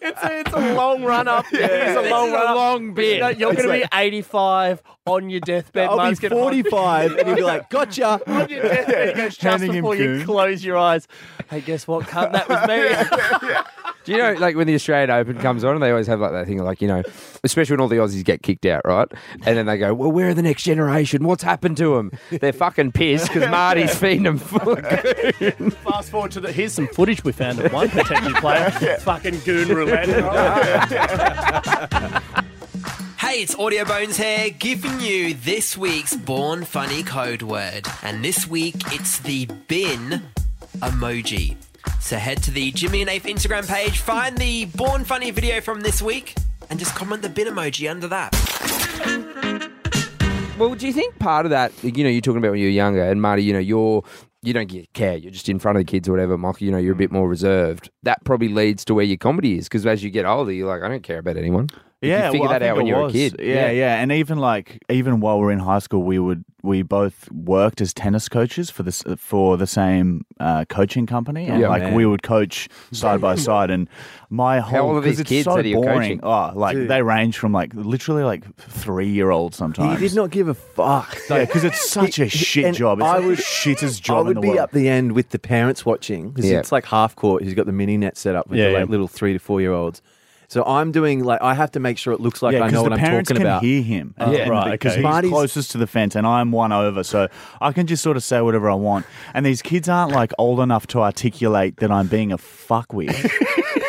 Speaker 2: It's a, it's a long run up. It's a
Speaker 3: This
Speaker 2: long
Speaker 3: is
Speaker 2: run
Speaker 3: a
Speaker 2: up.
Speaker 3: long bit.
Speaker 2: You know, you're
Speaker 3: It's
Speaker 2: going to be
Speaker 3: like-
Speaker 2: 85 on your deathbed.
Speaker 1: I'll be
Speaker 2: Mark's gonna-
Speaker 1: 45, and you'll be like, gotcha.
Speaker 2: on your deathbed. He goes, just
Speaker 6: Handing him
Speaker 2: before you
Speaker 6: goon.
Speaker 2: close your eyes. Hey, guess what, cunt? That was me.
Speaker 3: Do you know, like when the Australian Open comes on, and they always have like that thing, like you know, especially when all the Aussies get kicked out, right? And then they go, "Well, where are the next generation? What's happened to them? They're fucking pissed because Marty's feeding them full of good."
Speaker 2: Fast forward to the. Here's some footage we found of one potential player. Fucking goon roulette.
Speaker 7: Hey, it's Audio Bones here, giving you this week's Born Funny code word. And this week, it's the bin emoji. So head to the Jimmy and Afe Instagram page, find the Born Funny video from this week, and just comment the bin emoji under that.
Speaker 3: Well, do you think part of that, you know, you're talking about when you were younger, and Marty, you know, you're you don't get care, you're just in front of the kids or whatever. Michael, you know, you're a bit more reserved. That probably leads to where your comedy is because as you get older, you're like, I don't care about anyone. If you figure
Speaker 6: well, I
Speaker 3: that out
Speaker 6: think
Speaker 3: when
Speaker 6: it
Speaker 3: you're a
Speaker 6: was.
Speaker 3: kid.
Speaker 6: Yeah, yeah, and even like even while we we're in high school, we would we both worked as tennis coaches for this for the same uh, coaching company, and
Speaker 3: Yeah,
Speaker 6: like
Speaker 1: man.
Speaker 6: we would coach side by side. And my whole
Speaker 3: old are
Speaker 6: 'cause
Speaker 3: these
Speaker 6: it's
Speaker 3: kids
Speaker 6: so
Speaker 3: that you're coaching?
Speaker 6: boring. Oh, like they range from like literally like three year olds
Speaker 1: He
Speaker 6: sometimes.
Speaker 1: did not give a fuck.
Speaker 6: Yeah, because it's such a shit
Speaker 1: and
Speaker 6: job. It's
Speaker 1: I
Speaker 6: like
Speaker 1: would-
Speaker 6: the shittest
Speaker 1: I
Speaker 6: job
Speaker 1: would
Speaker 6: in the
Speaker 1: be
Speaker 6: world.
Speaker 1: up the end with the parents watching 'cause
Speaker 3: Yeah.
Speaker 1: it's like half court. He's got the mini net set up with
Speaker 2: Yeah,
Speaker 1: the like,
Speaker 2: yeah.
Speaker 1: little three to four year olds. So I'm doing like I have to make sure it looks like
Speaker 6: yeah,
Speaker 1: I know
Speaker 6: because
Speaker 1: what
Speaker 6: the
Speaker 1: I'm
Speaker 6: parents
Speaker 1: talking
Speaker 6: can
Speaker 1: about. Uh,
Speaker 6: hear him. and-
Speaker 2: Yeah,
Speaker 6: and
Speaker 2: right,
Speaker 6: Because
Speaker 2: okay.
Speaker 6: he's
Speaker 1: Marty's-
Speaker 6: closest to the fence, and I'm one over, so I can just sort of say whatever I want. And these kids aren't like old enough to articulate that I'm being a fuckwit.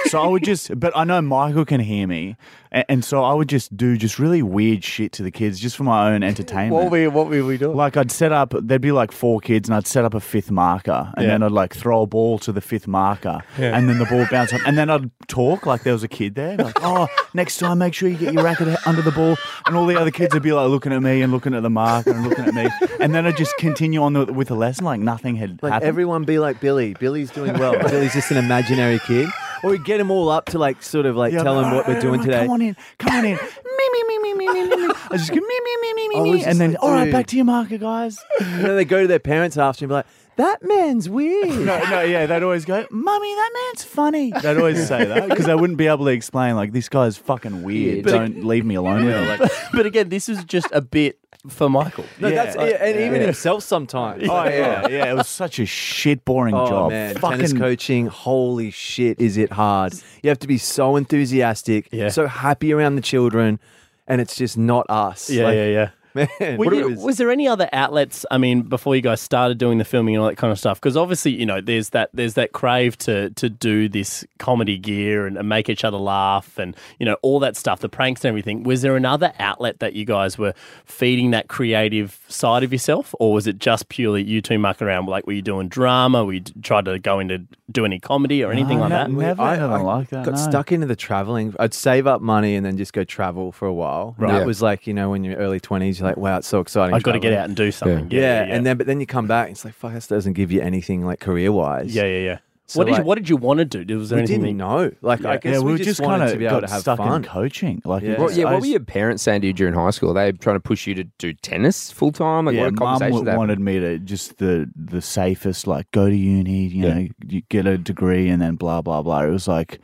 Speaker 6: so I would just, but I know Michael can hear me, and, and so I would just do just really weird shit to the kids just for my own entertainment.
Speaker 2: what were we doing?
Speaker 6: Like I'd set up, there'd be like four kids, and I'd set up a fifth marker, and
Speaker 2: Yeah.
Speaker 6: then I'd like throw a ball to the fifth marker, and then the ball bounced up, and then I'd talk like there was a kid there, like, "Oh, next time, make sure you get your racket under the ball," and all the other kids would be like looking at me and looking at the marker and looking at me, and then I'd just continue on with the lesson like nothing had
Speaker 1: Like
Speaker 6: happened.
Speaker 1: everyone be like Billy. Billy's doing well. Billy's just an imaginary kid. Or we get them all up to like sort of like
Speaker 6: Yeah,
Speaker 1: tell
Speaker 6: like,
Speaker 1: them what
Speaker 6: "All
Speaker 1: we're
Speaker 6: right,
Speaker 1: doing
Speaker 6: all right,
Speaker 1: today.
Speaker 6: Come on in, come on in. Me me me me me me me. me. I just go me me me me me
Speaker 1: I was
Speaker 6: me,
Speaker 1: just
Speaker 6: and then
Speaker 1: like,
Speaker 6: all right,
Speaker 1: dude.
Speaker 6: back to your marker, guys.
Speaker 1: And then they go to their parents after and be like, "That man's weird."
Speaker 6: No, no, yeah, they'd always go, "Mummy, that man's funny." They'd always say that because they wouldn't be able to explain like this guy's fucking weird.
Speaker 3: But-
Speaker 6: Don't leave me alone with him.
Speaker 2: But again, this is just a bit for Michael.
Speaker 1: No,
Speaker 6: Yeah.
Speaker 1: that's yeah, and even himself sometimes.
Speaker 6: oh yeah, yeah. It was such a shit boring
Speaker 1: Oh
Speaker 6: job.
Speaker 1: man, tennis
Speaker 6: fucking
Speaker 1: coaching, holy shit, is it hard? You have to be so enthusiastic,
Speaker 2: Yeah.
Speaker 1: so happy around the children, and it's just not us.
Speaker 2: Yeah,
Speaker 1: Like,
Speaker 2: yeah, yeah.
Speaker 1: man.
Speaker 2: Were
Speaker 1: what
Speaker 2: you-
Speaker 1: it
Speaker 2: was there any other outlets? I mean, before you guys started doing the filming and all that kind of stuff, because obviously, you know, there's that there's that crave to to do this comedy gear and, and make each other laugh and you know all that stuff, the pranks and everything. Was there another outlet that you guys were feeding that creative side of yourself, or was it just purely you two mucking around? Like, were you doing drama? Were you d- tried to go into do any comedy or anything
Speaker 6: no,
Speaker 2: like
Speaker 6: no,
Speaker 2: that?
Speaker 6: no. Never
Speaker 1: I,
Speaker 6: had
Speaker 1: I
Speaker 6: it like that,
Speaker 1: Got
Speaker 6: no.
Speaker 1: stuck into the traveling. I'd save up money and then just go travel for a while. And
Speaker 3: Right.
Speaker 1: That was like you know when you're early twenties, you're like, wow, it's so exciting.
Speaker 2: I've got to
Speaker 1: traveling.
Speaker 2: get out and do something.
Speaker 1: Yeah,
Speaker 2: Yeah, yeah, yeah.
Speaker 1: and then but then you come back, and it's like fuck, this doesn't give you anything like career wise.
Speaker 2: yeah, yeah, yeah.
Speaker 1: So,
Speaker 2: what did you,
Speaker 1: like-
Speaker 2: what did you want to do? Was there
Speaker 1: we
Speaker 2: anything?
Speaker 1: didn't
Speaker 2: that-
Speaker 1: know. Like I guess
Speaker 6: yeah,
Speaker 1: we,
Speaker 6: we, were
Speaker 1: just,
Speaker 6: just
Speaker 1: wanted
Speaker 6: kind
Speaker 1: to
Speaker 6: of
Speaker 1: be able to
Speaker 6: got
Speaker 1: have
Speaker 6: stuck
Speaker 1: fun.
Speaker 6: in coaching. Like,
Speaker 1: Yeah.
Speaker 6: it
Speaker 1: Well,
Speaker 3: Well,
Speaker 6: just-
Speaker 3: yeah,
Speaker 6: I
Speaker 3: what were
Speaker 6: just-
Speaker 3: your parents saying to you during high school? Are they trying to push you to do tennis full time? Like, what
Speaker 6: yeah,
Speaker 3: a conversation
Speaker 6: mum
Speaker 3: that.
Speaker 6: wanted me to just the the safest, like go to uni, you know, you get a degree, and then blah blah blah. It was like,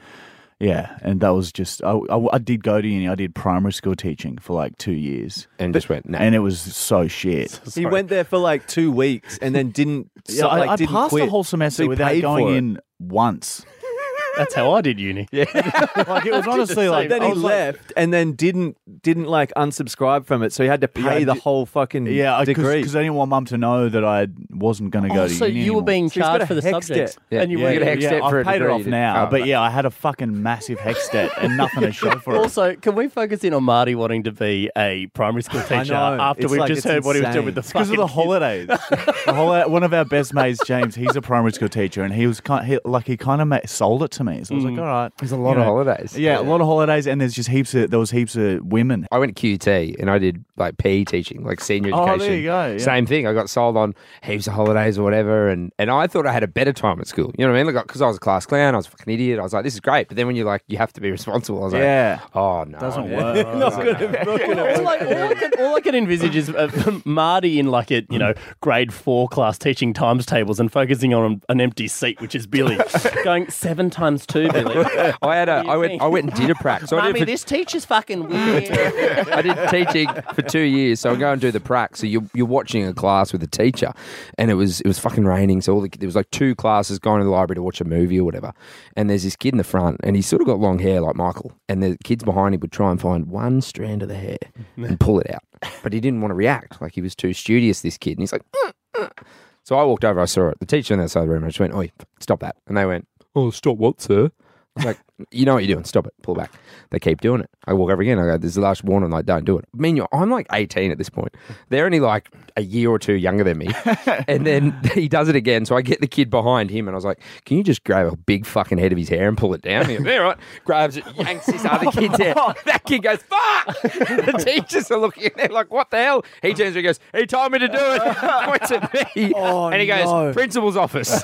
Speaker 6: yeah, and that was just I, I, I did go to uni. I did primary school teaching for like two years,
Speaker 3: and just went, nah.
Speaker 6: and it was so shit.
Speaker 1: He went there for like two weeks and then didn't.
Speaker 6: Yeah,
Speaker 1: so,
Speaker 6: I,
Speaker 1: like,
Speaker 6: I
Speaker 1: didn't
Speaker 6: passed
Speaker 1: quit.
Speaker 6: the whole
Speaker 1: So
Speaker 6: semester
Speaker 1: he
Speaker 6: without
Speaker 1: paid for
Speaker 6: going
Speaker 1: it.
Speaker 6: in once.
Speaker 2: That's how I did uni. Yeah,
Speaker 6: Like it was honestly like
Speaker 1: Then
Speaker 6: I
Speaker 1: he
Speaker 6: was like-
Speaker 1: left and then didn't didn't like unsubscribe from it, so he had to
Speaker 6: Yeah, I
Speaker 1: pay the
Speaker 6: did-
Speaker 1: whole fucking
Speaker 6: yeah,
Speaker 1: degree.
Speaker 6: because I didn't want mum to know that I wasn't going to go to
Speaker 2: Oh, so
Speaker 6: uni.
Speaker 2: you were
Speaker 6: anymore.
Speaker 2: being
Speaker 1: So he's got
Speaker 2: charged
Speaker 1: a
Speaker 2: for the
Speaker 1: hex
Speaker 2: subject,
Speaker 1: debt.
Speaker 3: Yeah,
Speaker 2: and you
Speaker 3: you
Speaker 2: were
Speaker 3: get a hex
Speaker 6: yeah,
Speaker 3: debt
Speaker 6: I've
Speaker 3: for a
Speaker 6: paid it
Speaker 3: degree,
Speaker 6: off
Speaker 3: you did. Oh,
Speaker 6: now, but yeah, I had a fucking massive hex debt and nothing to show for it.
Speaker 2: Also, can we focus in on Marty wanting to be a primary school teacher
Speaker 1: know.
Speaker 2: after
Speaker 1: It's
Speaker 2: we've
Speaker 1: like-
Speaker 2: just
Speaker 1: it's
Speaker 2: heard what he was doing
Speaker 1: insane.
Speaker 2: with the
Speaker 1: It's
Speaker 6: because of
Speaker 2: fucking
Speaker 6: the holidays. The holi- one of our best mates, James, he's a primary school teacher, and he was kind he, like he kind of ma- sold it to me. So I was like, all right, there's
Speaker 3: a lot of holidays.
Speaker 6: Mm. Yeah, a lot of holidays, and there's just heaps of there was heaps of women.
Speaker 3: I went QT and I did like PE teaching, like senior
Speaker 6: Oh, there
Speaker 3: education.
Speaker 6: you go, yeah.
Speaker 3: Same thing. I got sold on heaps of holidays or whatever, and, and I thought I had a better time at school. You know what I mean? Like, because I was a class clown, I was a fucking idiot. I was like, this is great. But then when you're like, you have to be responsible. I was
Speaker 6: Yeah.
Speaker 3: like, oh no,
Speaker 6: Doesn't
Speaker 3: no.
Speaker 6: work.
Speaker 1: not gonna, not gonna
Speaker 2: All I, all, I can, all I can envisage is uh, Marty in like a you know grade four class teaching times tables and focusing on an empty seat, which is Billy, going seven times two, Billy.
Speaker 3: I had a,
Speaker 2: do you
Speaker 3: I went,
Speaker 2: think?
Speaker 3: I went and did a prac. So I did,
Speaker 2: Mummy,
Speaker 3: for,
Speaker 2: this teacher's fucking weird.
Speaker 3: I did teaching for two years, so I go and do the prac. So you're, you're watching a class with a teacher, and it was it was fucking raining. So all the, there was like two classes going to the library to watch a movie or whatever. And there's this kid in the front, and he's sort of got long hair like Michael. And the kids behind him would try and find one strand of the hair and pull it out, but he didn't want to react. Like he was too studious. This kid, and he's like. "Mm, mm." So I walked over, I saw it. The teacher in the other side of the room, I just went, Oi, stop that. And they went, Oh, stop what, sir? I was like, you know what you're doing. Stop it. Pull back. They keep doing it. I walk over again. I go, this is the last warning. Like, don't do it. I mean, you're- I'm like 18 at this point. They're only like a year or two younger than me. and then he does it again. So I get the kid behind him and I was like, can you just grab a big fucking head of his hair and pull it down? He goes, yeah, right. Grabs it, yanks this other kid's hair. That kid goes, fuck. the teachers are looking at him like, what the hell? He turns around and goes, he told me to do it. Points at me.
Speaker 1: Oh,
Speaker 3: and he goes,
Speaker 1: no.
Speaker 3: principal's office.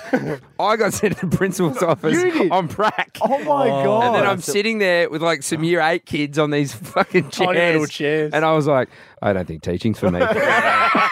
Speaker 3: I got sent to the principal's office on prac.
Speaker 6: Oh my god!
Speaker 3: And then I'm sitting there with like some year eight kids on these fucking
Speaker 2: Tiny little
Speaker 3: chairs.
Speaker 2: chairs.
Speaker 3: And I was like, I don't think teaching's for me. yeah,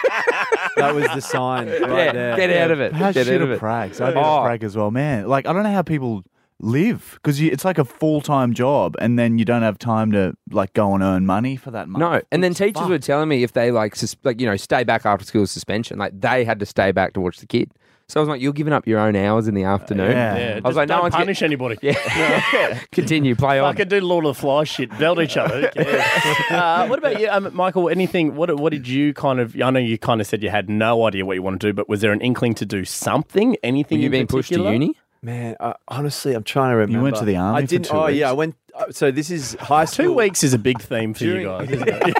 Speaker 1: that was the sign right there.
Speaker 3: get out of it.
Speaker 6: How
Speaker 3: get
Speaker 6: shit
Speaker 3: out of
Speaker 6: a
Speaker 3: it.
Speaker 6: prags. I did
Speaker 3: Oh.
Speaker 6: a prag as well, man. Like I don't know how people live because it's like a full time job, and then you don't have time to like go and earn money for that month.
Speaker 3: No, and then teachers
Speaker 6: fucked.
Speaker 3: were telling me if they like, sus- like you know, stay back after school suspension, like they had to stay back to watch the kid. So I was like, you're giving up your own hours in the afternoon.
Speaker 6: yeah.
Speaker 2: Yeah,
Speaker 3: I was like, no
Speaker 2: don't
Speaker 3: one's
Speaker 2: punish
Speaker 3: get-
Speaker 2: anybody.
Speaker 3: yeah. Continue play
Speaker 2: I
Speaker 3: on.
Speaker 2: could do Lord of the Flies shit, belt each other. who cares? uh, what about you, um, Michael? Anything? What What did you kind of? I know you kind of said you had no idea what you want to do, but was there an inkling to do something? Anything?
Speaker 3: Were you
Speaker 2: in
Speaker 3: being pushed to
Speaker 2: particular?
Speaker 3: uni?
Speaker 1: Man, I, honestly, I'm trying to remember.
Speaker 6: went to the army
Speaker 1: I
Speaker 6: for
Speaker 1: didn't.
Speaker 6: two
Speaker 1: oh
Speaker 6: weeks.
Speaker 1: yeah, I went. uh, So this is high school.
Speaker 2: Two weeks is a big theme for you
Speaker 1: During-
Speaker 2: guys. Isn't it?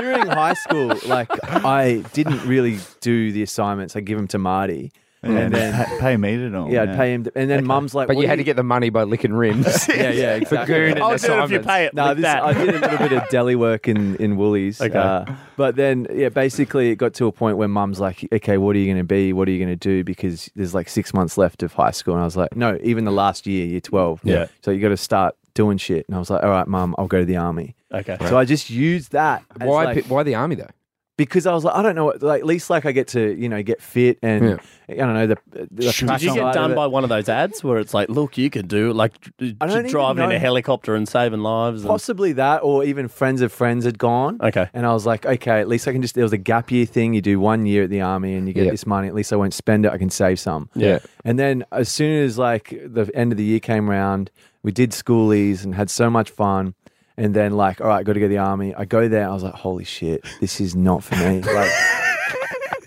Speaker 1: during high school, like I didn't really do the assignments. I give them to Marty, and then
Speaker 6: pay, pay me to know.
Speaker 1: yeah, I'd pay him. And then Mum's like,
Speaker 3: But
Speaker 1: "What
Speaker 3: you
Speaker 1: do
Speaker 3: had to get the money by licking rims.
Speaker 1: Yeah, yeah, exactly.
Speaker 3: Goon and
Speaker 2: I'll do it if you
Speaker 3: assignments.
Speaker 2: pay it.
Speaker 1: No,
Speaker 2: Lick
Speaker 1: this,
Speaker 2: that.
Speaker 1: I did a little bit of deli work in in Woolies. uh,
Speaker 2: Okay.
Speaker 1: but then yeah, basically it got to a point where Mum's like, "Okay, what are you going to be? What are you going to do?" Because there's like six months left of high school, and I was like, "No, even the last year, year twelve.
Speaker 2: Yeah.
Speaker 1: So you got to start doing shit." And I was like, "All right, Mum, I'll go to the army."
Speaker 2: Okay.
Speaker 1: So I just used that. as,
Speaker 3: Why?
Speaker 1: like-
Speaker 3: pi- why the army though?
Speaker 1: because I was like, I don't know, what- like at least like I get to you know get fit and I don't know the. the
Speaker 6: Shoot.
Speaker 1: the
Speaker 2: Did you
Speaker 1: side
Speaker 2: get
Speaker 1: of
Speaker 2: done
Speaker 1: it.
Speaker 2: by one of those ads where it's like, look, you could do like d-
Speaker 1: I don't even
Speaker 2: driving in
Speaker 1: know.
Speaker 2: a helicopter and saving lives? And,
Speaker 1: possibly that, or even friends of friends had gone.
Speaker 2: Okay.
Speaker 1: and I was like, okay, at least I can just. There was a gap year thing. You do one year at the army and you get
Speaker 3: Yeah.
Speaker 1: this money. At least I won't spend it. I can save some.
Speaker 3: Yeah.
Speaker 1: And then as soon as like the end of the year came round, we did schoolies and had so much fun. And then like, all right, got to go to the army. I go there. I was like, holy shit, this is not for me. Like.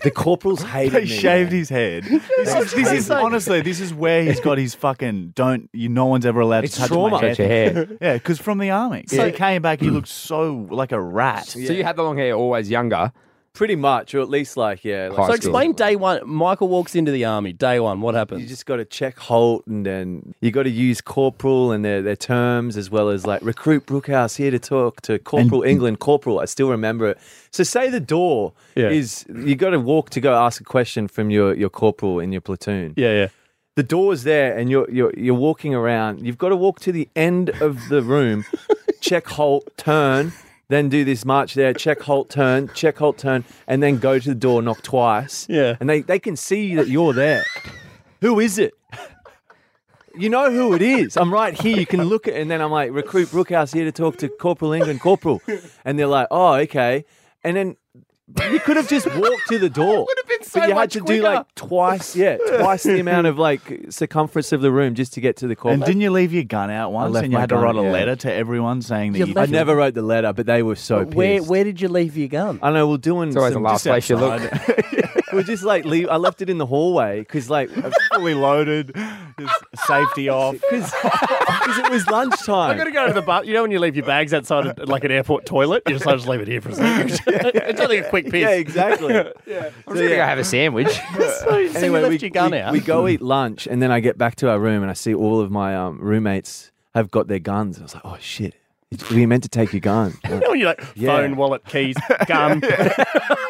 Speaker 1: The corporals hated
Speaker 6: They
Speaker 1: me.
Speaker 6: shaved
Speaker 1: man.
Speaker 6: his head. This is, this is honestly, this is where he's got his fucking don't. You, no one's ever allowed
Speaker 3: It's
Speaker 6: to touch
Speaker 3: trauma.
Speaker 6: my hair.
Speaker 3: Touch your hair.
Speaker 6: yeah, because from the army, so he came back, he looked so like a rat.
Speaker 3: So you had the long hair always younger.
Speaker 1: pretty much, or at least like yeah.
Speaker 3: High
Speaker 1: Like,
Speaker 2: So
Speaker 3: school.
Speaker 2: explain day one. Michael walks into the army. Day one, what happens?
Speaker 1: You just got to check Holt, and then you got to use corporal and their, their terms as well as like recruit Brookhouse here to talk to corporal England corporal. I still remember it. So say the door
Speaker 2: Yeah.
Speaker 1: is you got to walk to go ask a question from your your corporal in your platoon.
Speaker 2: yeah, yeah.
Speaker 1: The door's there, and you're you're you're walking around. You've got to walk to the end of the room, check Holt, turn. Then do this march there, check Holt turn, check Holt turn, and then go to the door, knock twice.
Speaker 2: Yeah.
Speaker 1: And they, they can see that you're there. Who is it? You know who it is. I'm right here. You can look at and then I'm like, recruit Brookhouse here to talk to Corporal England Corporal. And they're like, oh, okay. And then you could have just walked to the door. Would have been
Speaker 2: so
Speaker 1: but you
Speaker 2: much
Speaker 1: had to do
Speaker 2: quicker.
Speaker 1: like twice, yeah, twice the amount of like circumference of the room just to get to the corporal.
Speaker 6: And didn't you leave your gun out once
Speaker 1: left
Speaker 6: and you
Speaker 1: my
Speaker 6: had to
Speaker 1: gun,
Speaker 6: write a
Speaker 1: yeah.
Speaker 6: letter to everyone saying that
Speaker 2: You
Speaker 6: you
Speaker 1: I
Speaker 2: left
Speaker 1: never wrote the letter, but they were so pissed.
Speaker 2: Where where did you leave your gun?
Speaker 1: I know we're doing.
Speaker 3: It's always the
Speaker 1: some-
Speaker 3: last place you look.
Speaker 1: We're just like leave. I left it in the hallway because like
Speaker 6: fully loaded, just safety off.
Speaker 1: because it was
Speaker 2: I gotta
Speaker 1: lunchtime.
Speaker 2: go to the bar. You know when you leave your bags outside of, like an airport toilet, you just, I just leave it here for a second. it's only a quick piece.
Speaker 1: Yeah, exactly.
Speaker 3: I'm just gonna go have a sandwich.
Speaker 2: anyway,
Speaker 1: we,
Speaker 2: left your gun
Speaker 1: we-
Speaker 2: out.
Speaker 1: we go eat lunch, and then I get back to our room, and I see all of my um, roommates have got their guns. I was like, "Oh shit, we meant to take your gun."
Speaker 2: Oh, You know when you're like
Speaker 1: Yeah.
Speaker 2: phone, wallet, keys, gun.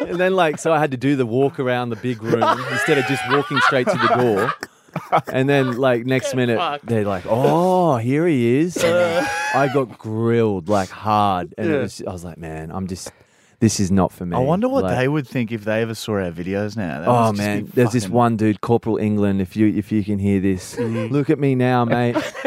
Speaker 1: and then like so I had to do the walk around the big room instead of just walking straight to the door. And then like next minute they're like, "Oh, here he is." And then I got grilled like hard and it was, I was like, "Man, I'm just this is not for me."
Speaker 6: I wonder what
Speaker 1: Like,
Speaker 6: they would think if they ever saw our videos now. They
Speaker 1: Oh
Speaker 6: must just be
Speaker 1: man, there's this
Speaker 6: fucking- Mm.
Speaker 1: one dude, Corporal England. If you if you can hear this, look at me now, mate.
Speaker 2: Fuck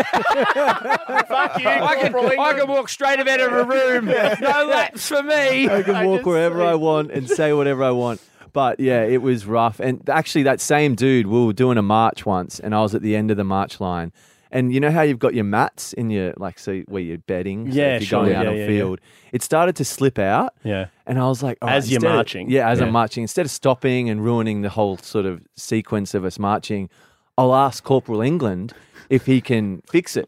Speaker 2: you.
Speaker 3: I can, I can walk straight out of a room. No laps for me.
Speaker 1: I can walk
Speaker 2: just
Speaker 1: wherever
Speaker 2: say-
Speaker 1: I want and say whatever I want. But yeah, it was rough. And actually, that same dude, we were doing a march once, and I was at the end of the march line. And you know how you've got your mats in your like, so where you're bedding, so
Speaker 2: Yeah,
Speaker 1: if you're
Speaker 2: sure.
Speaker 1: going out
Speaker 2: Yeah,
Speaker 1: on
Speaker 2: yeah, yeah.
Speaker 1: field. It started to slip out,
Speaker 2: Yeah.
Speaker 1: and I was like, all right,
Speaker 2: As you're
Speaker 1: instead of-
Speaker 2: marching.
Speaker 1: yeah, as
Speaker 2: Yeah.
Speaker 1: I'm marching, instead of stopping and ruining the whole sort of sequence of us marching, I'll ask Corporal England if he can fix it.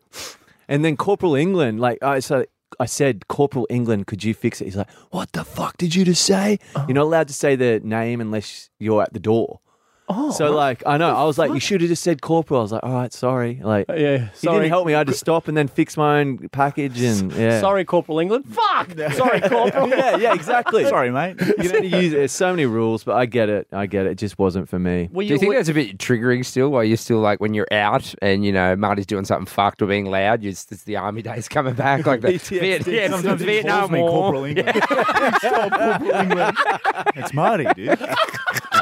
Speaker 1: And then Corporal England, like I so I said, Corporal England, could you fix it? He's like, What the fuck did you just say? You're not allowed to say the name unless you're at the door. Oh, so like I know I was like you should have just said corporal. I was like, all right, sorry. Like
Speaker 2: Yeah.
Speaker 1: he
Speaker 2: Sorry.
Speaker 1: didn't help me. I had to stop and then fix my own package and yeah.
Speaker 2: Sorry, Corporal England. Fuck. Sorry, Corporal.
Speaker 1: Yeah, yeah, exactly.
Speaker 6: Sorry, mate.
Speaker 1: You know, you use, there's so many rules, but I get it. I get it. It just wasn't for me.
Speaker 2: Were
Speaker 3: Do you think
Speaker 2: were-
Speaker 3: that's a bit triggering still? While you're still like when you're out and you know Marty's doing something fucked or being loud, you just, it's the army days coming back like the
Speaker 1: PTSD.
Speaker 3: Viet- yeah, it's
Speaker 6: Sometimes
Speaker 3: the
Speaker 6: it
Speaker 3: Vietnam
Speaker 6: calls me
Speaker 3: War.
Speaker 6: Corporal England. Stop Corporal England. It's Marty, dude.
Speaker 1: No,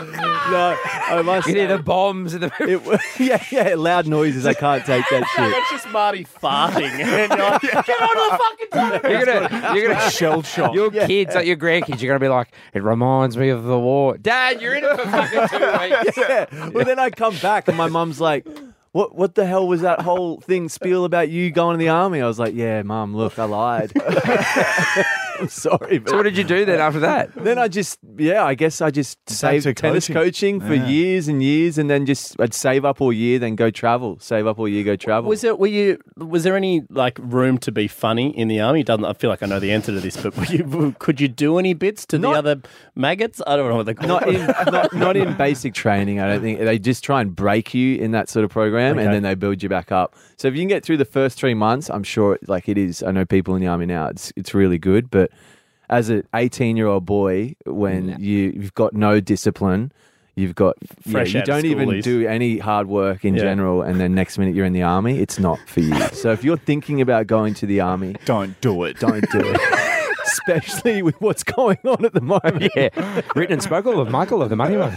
Speaker 1: I must.
Speaker 3: You hear the bombs and the
Speaker 1: It, wa- yeah, yeah, loud noises. I can't take that shit.
Speaker 2: That's just Marty farting. And you're like, get on the fucking toilet.
Speaker 3: you're gonna you're gonna
Speaker 6: Shell shock.
Speaker 3: your kids like your grandkids. You're gonna be like, it reminds me of the war, Dad. You're in it for fucking two weeks.
Speaker 1: Yeah. Well, then I come back and my mum's like, "What? What the hell was that whole thing spiel about you going to the army?" I was like, "Yeah, mum, look, I lied. I'm sorry." But
Speaker 3: So what did you do then after that?
Speaker 1: then I just, yeah, I guess I just saved
Speaker 6: to
Speaker 1: tennis
Speaker 6: coaching.
Speaker 1: coaching for
Speaker 6: Yeah.
Speaker 1: years and years, and then just I'd save up all year, then go travel. Save up all year, go travel.
Speaker 2: Was it? Were you? Was there any like room to be funny in the army? Doesn't I feel like I know the answer to this? But were you, could you do any bits to
Speaker 1: Not-
Speaker 2: the other maggots? I don't know what they call
Speaker 1: not
Speaker 2: them.
Speaker 1: in not, not in basic training. I don't think they just try and break you in that sort of program,
Speaker 2: Okay.
Speaker 1: and then they build you back up. So if you can get through the first three months, I'm sure like it is. I know people in the army now. It's it's really good, but as an 18 year old boy, when you you've got no discipline. You've got yeah,
Speaker 2: Fresh
Speaker 1: you
Speaker 2: out of
Speaker 1: don't
Speaker 2: school
Speaker 1: even
Speaker 2: is-
Speaker 1: do any hard work in
Speaker 2: Yeah.
Speaker 1: general, and then next minute you're in the army. It's not for you. so if you're thinking about going to the army,
Speaker 6: Don't do it.
Speaker 1: don't do it, especially with what's going on at the moment.
Speaker 3: Yeah, written and spoken of Michael of the Money One.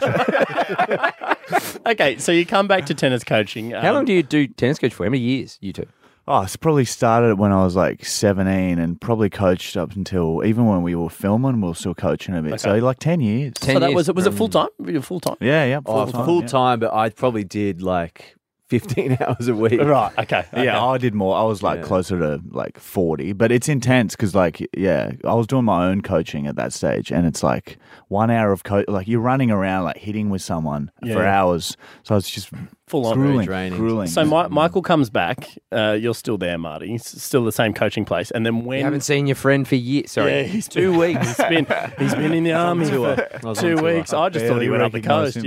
Speaker 2: Okay, so you come back to tennis coaching. um,
Speaker 3: How long do you do tennis coach for? How many years? You two?
Speaker 6: Oh, it's probably started when I was like 17 and probably coached up until even when we were filming, we were still coaching a bit. So, like 10 years.
Speaker 3: Ten
Speaker 2: So that
Speaker 3: years.
Speaker 2: was it. Was it full time? Were you full time?
Speaker 6: Yeah, yeah. Full
Speaker 1: Oh,
Speaker 6: time.
Speaker 1: full
Speaker 6: yeah.
Speaker 1: time, but I probably did like 15 hours a week.
Speaker 2: Right. Okay. okay.
Speaker 6: Yeah, I did more. I was like closer to like 40, but it's intense because, like, yeah, I was doing my own coaching at that stage, and it's like one hour of coach, like, you're running around, like, hitting with someone
Speaker 2: Yeah,
Speaker 6: for
Speaker 2: yeah.
Speaker 6: hours. So it's just
Speaker 2: full on.
Speaker 6: Grueling.
Speaker 1: draining.
Speaker 6: Grueling.
Speaker 2: So Mi- Michael comes back. Uh, you're still there, Marty. It's still the same coaching place. And then when
Speaker 3: You haven't seen your friend for years. Sorry.
Speaker 2: yeah, he's two weeks. He's been he's been in the army
Speaker 1: I
Speaker 2: for
Speaker 1: was
Speaker 2: two
Speaker 1: on tour.
Speaker 2: weeks. I just thought he went
Speaker 6: barely
Speaker 2: up the
Speaker 6: recognise
Speaker 2: coast.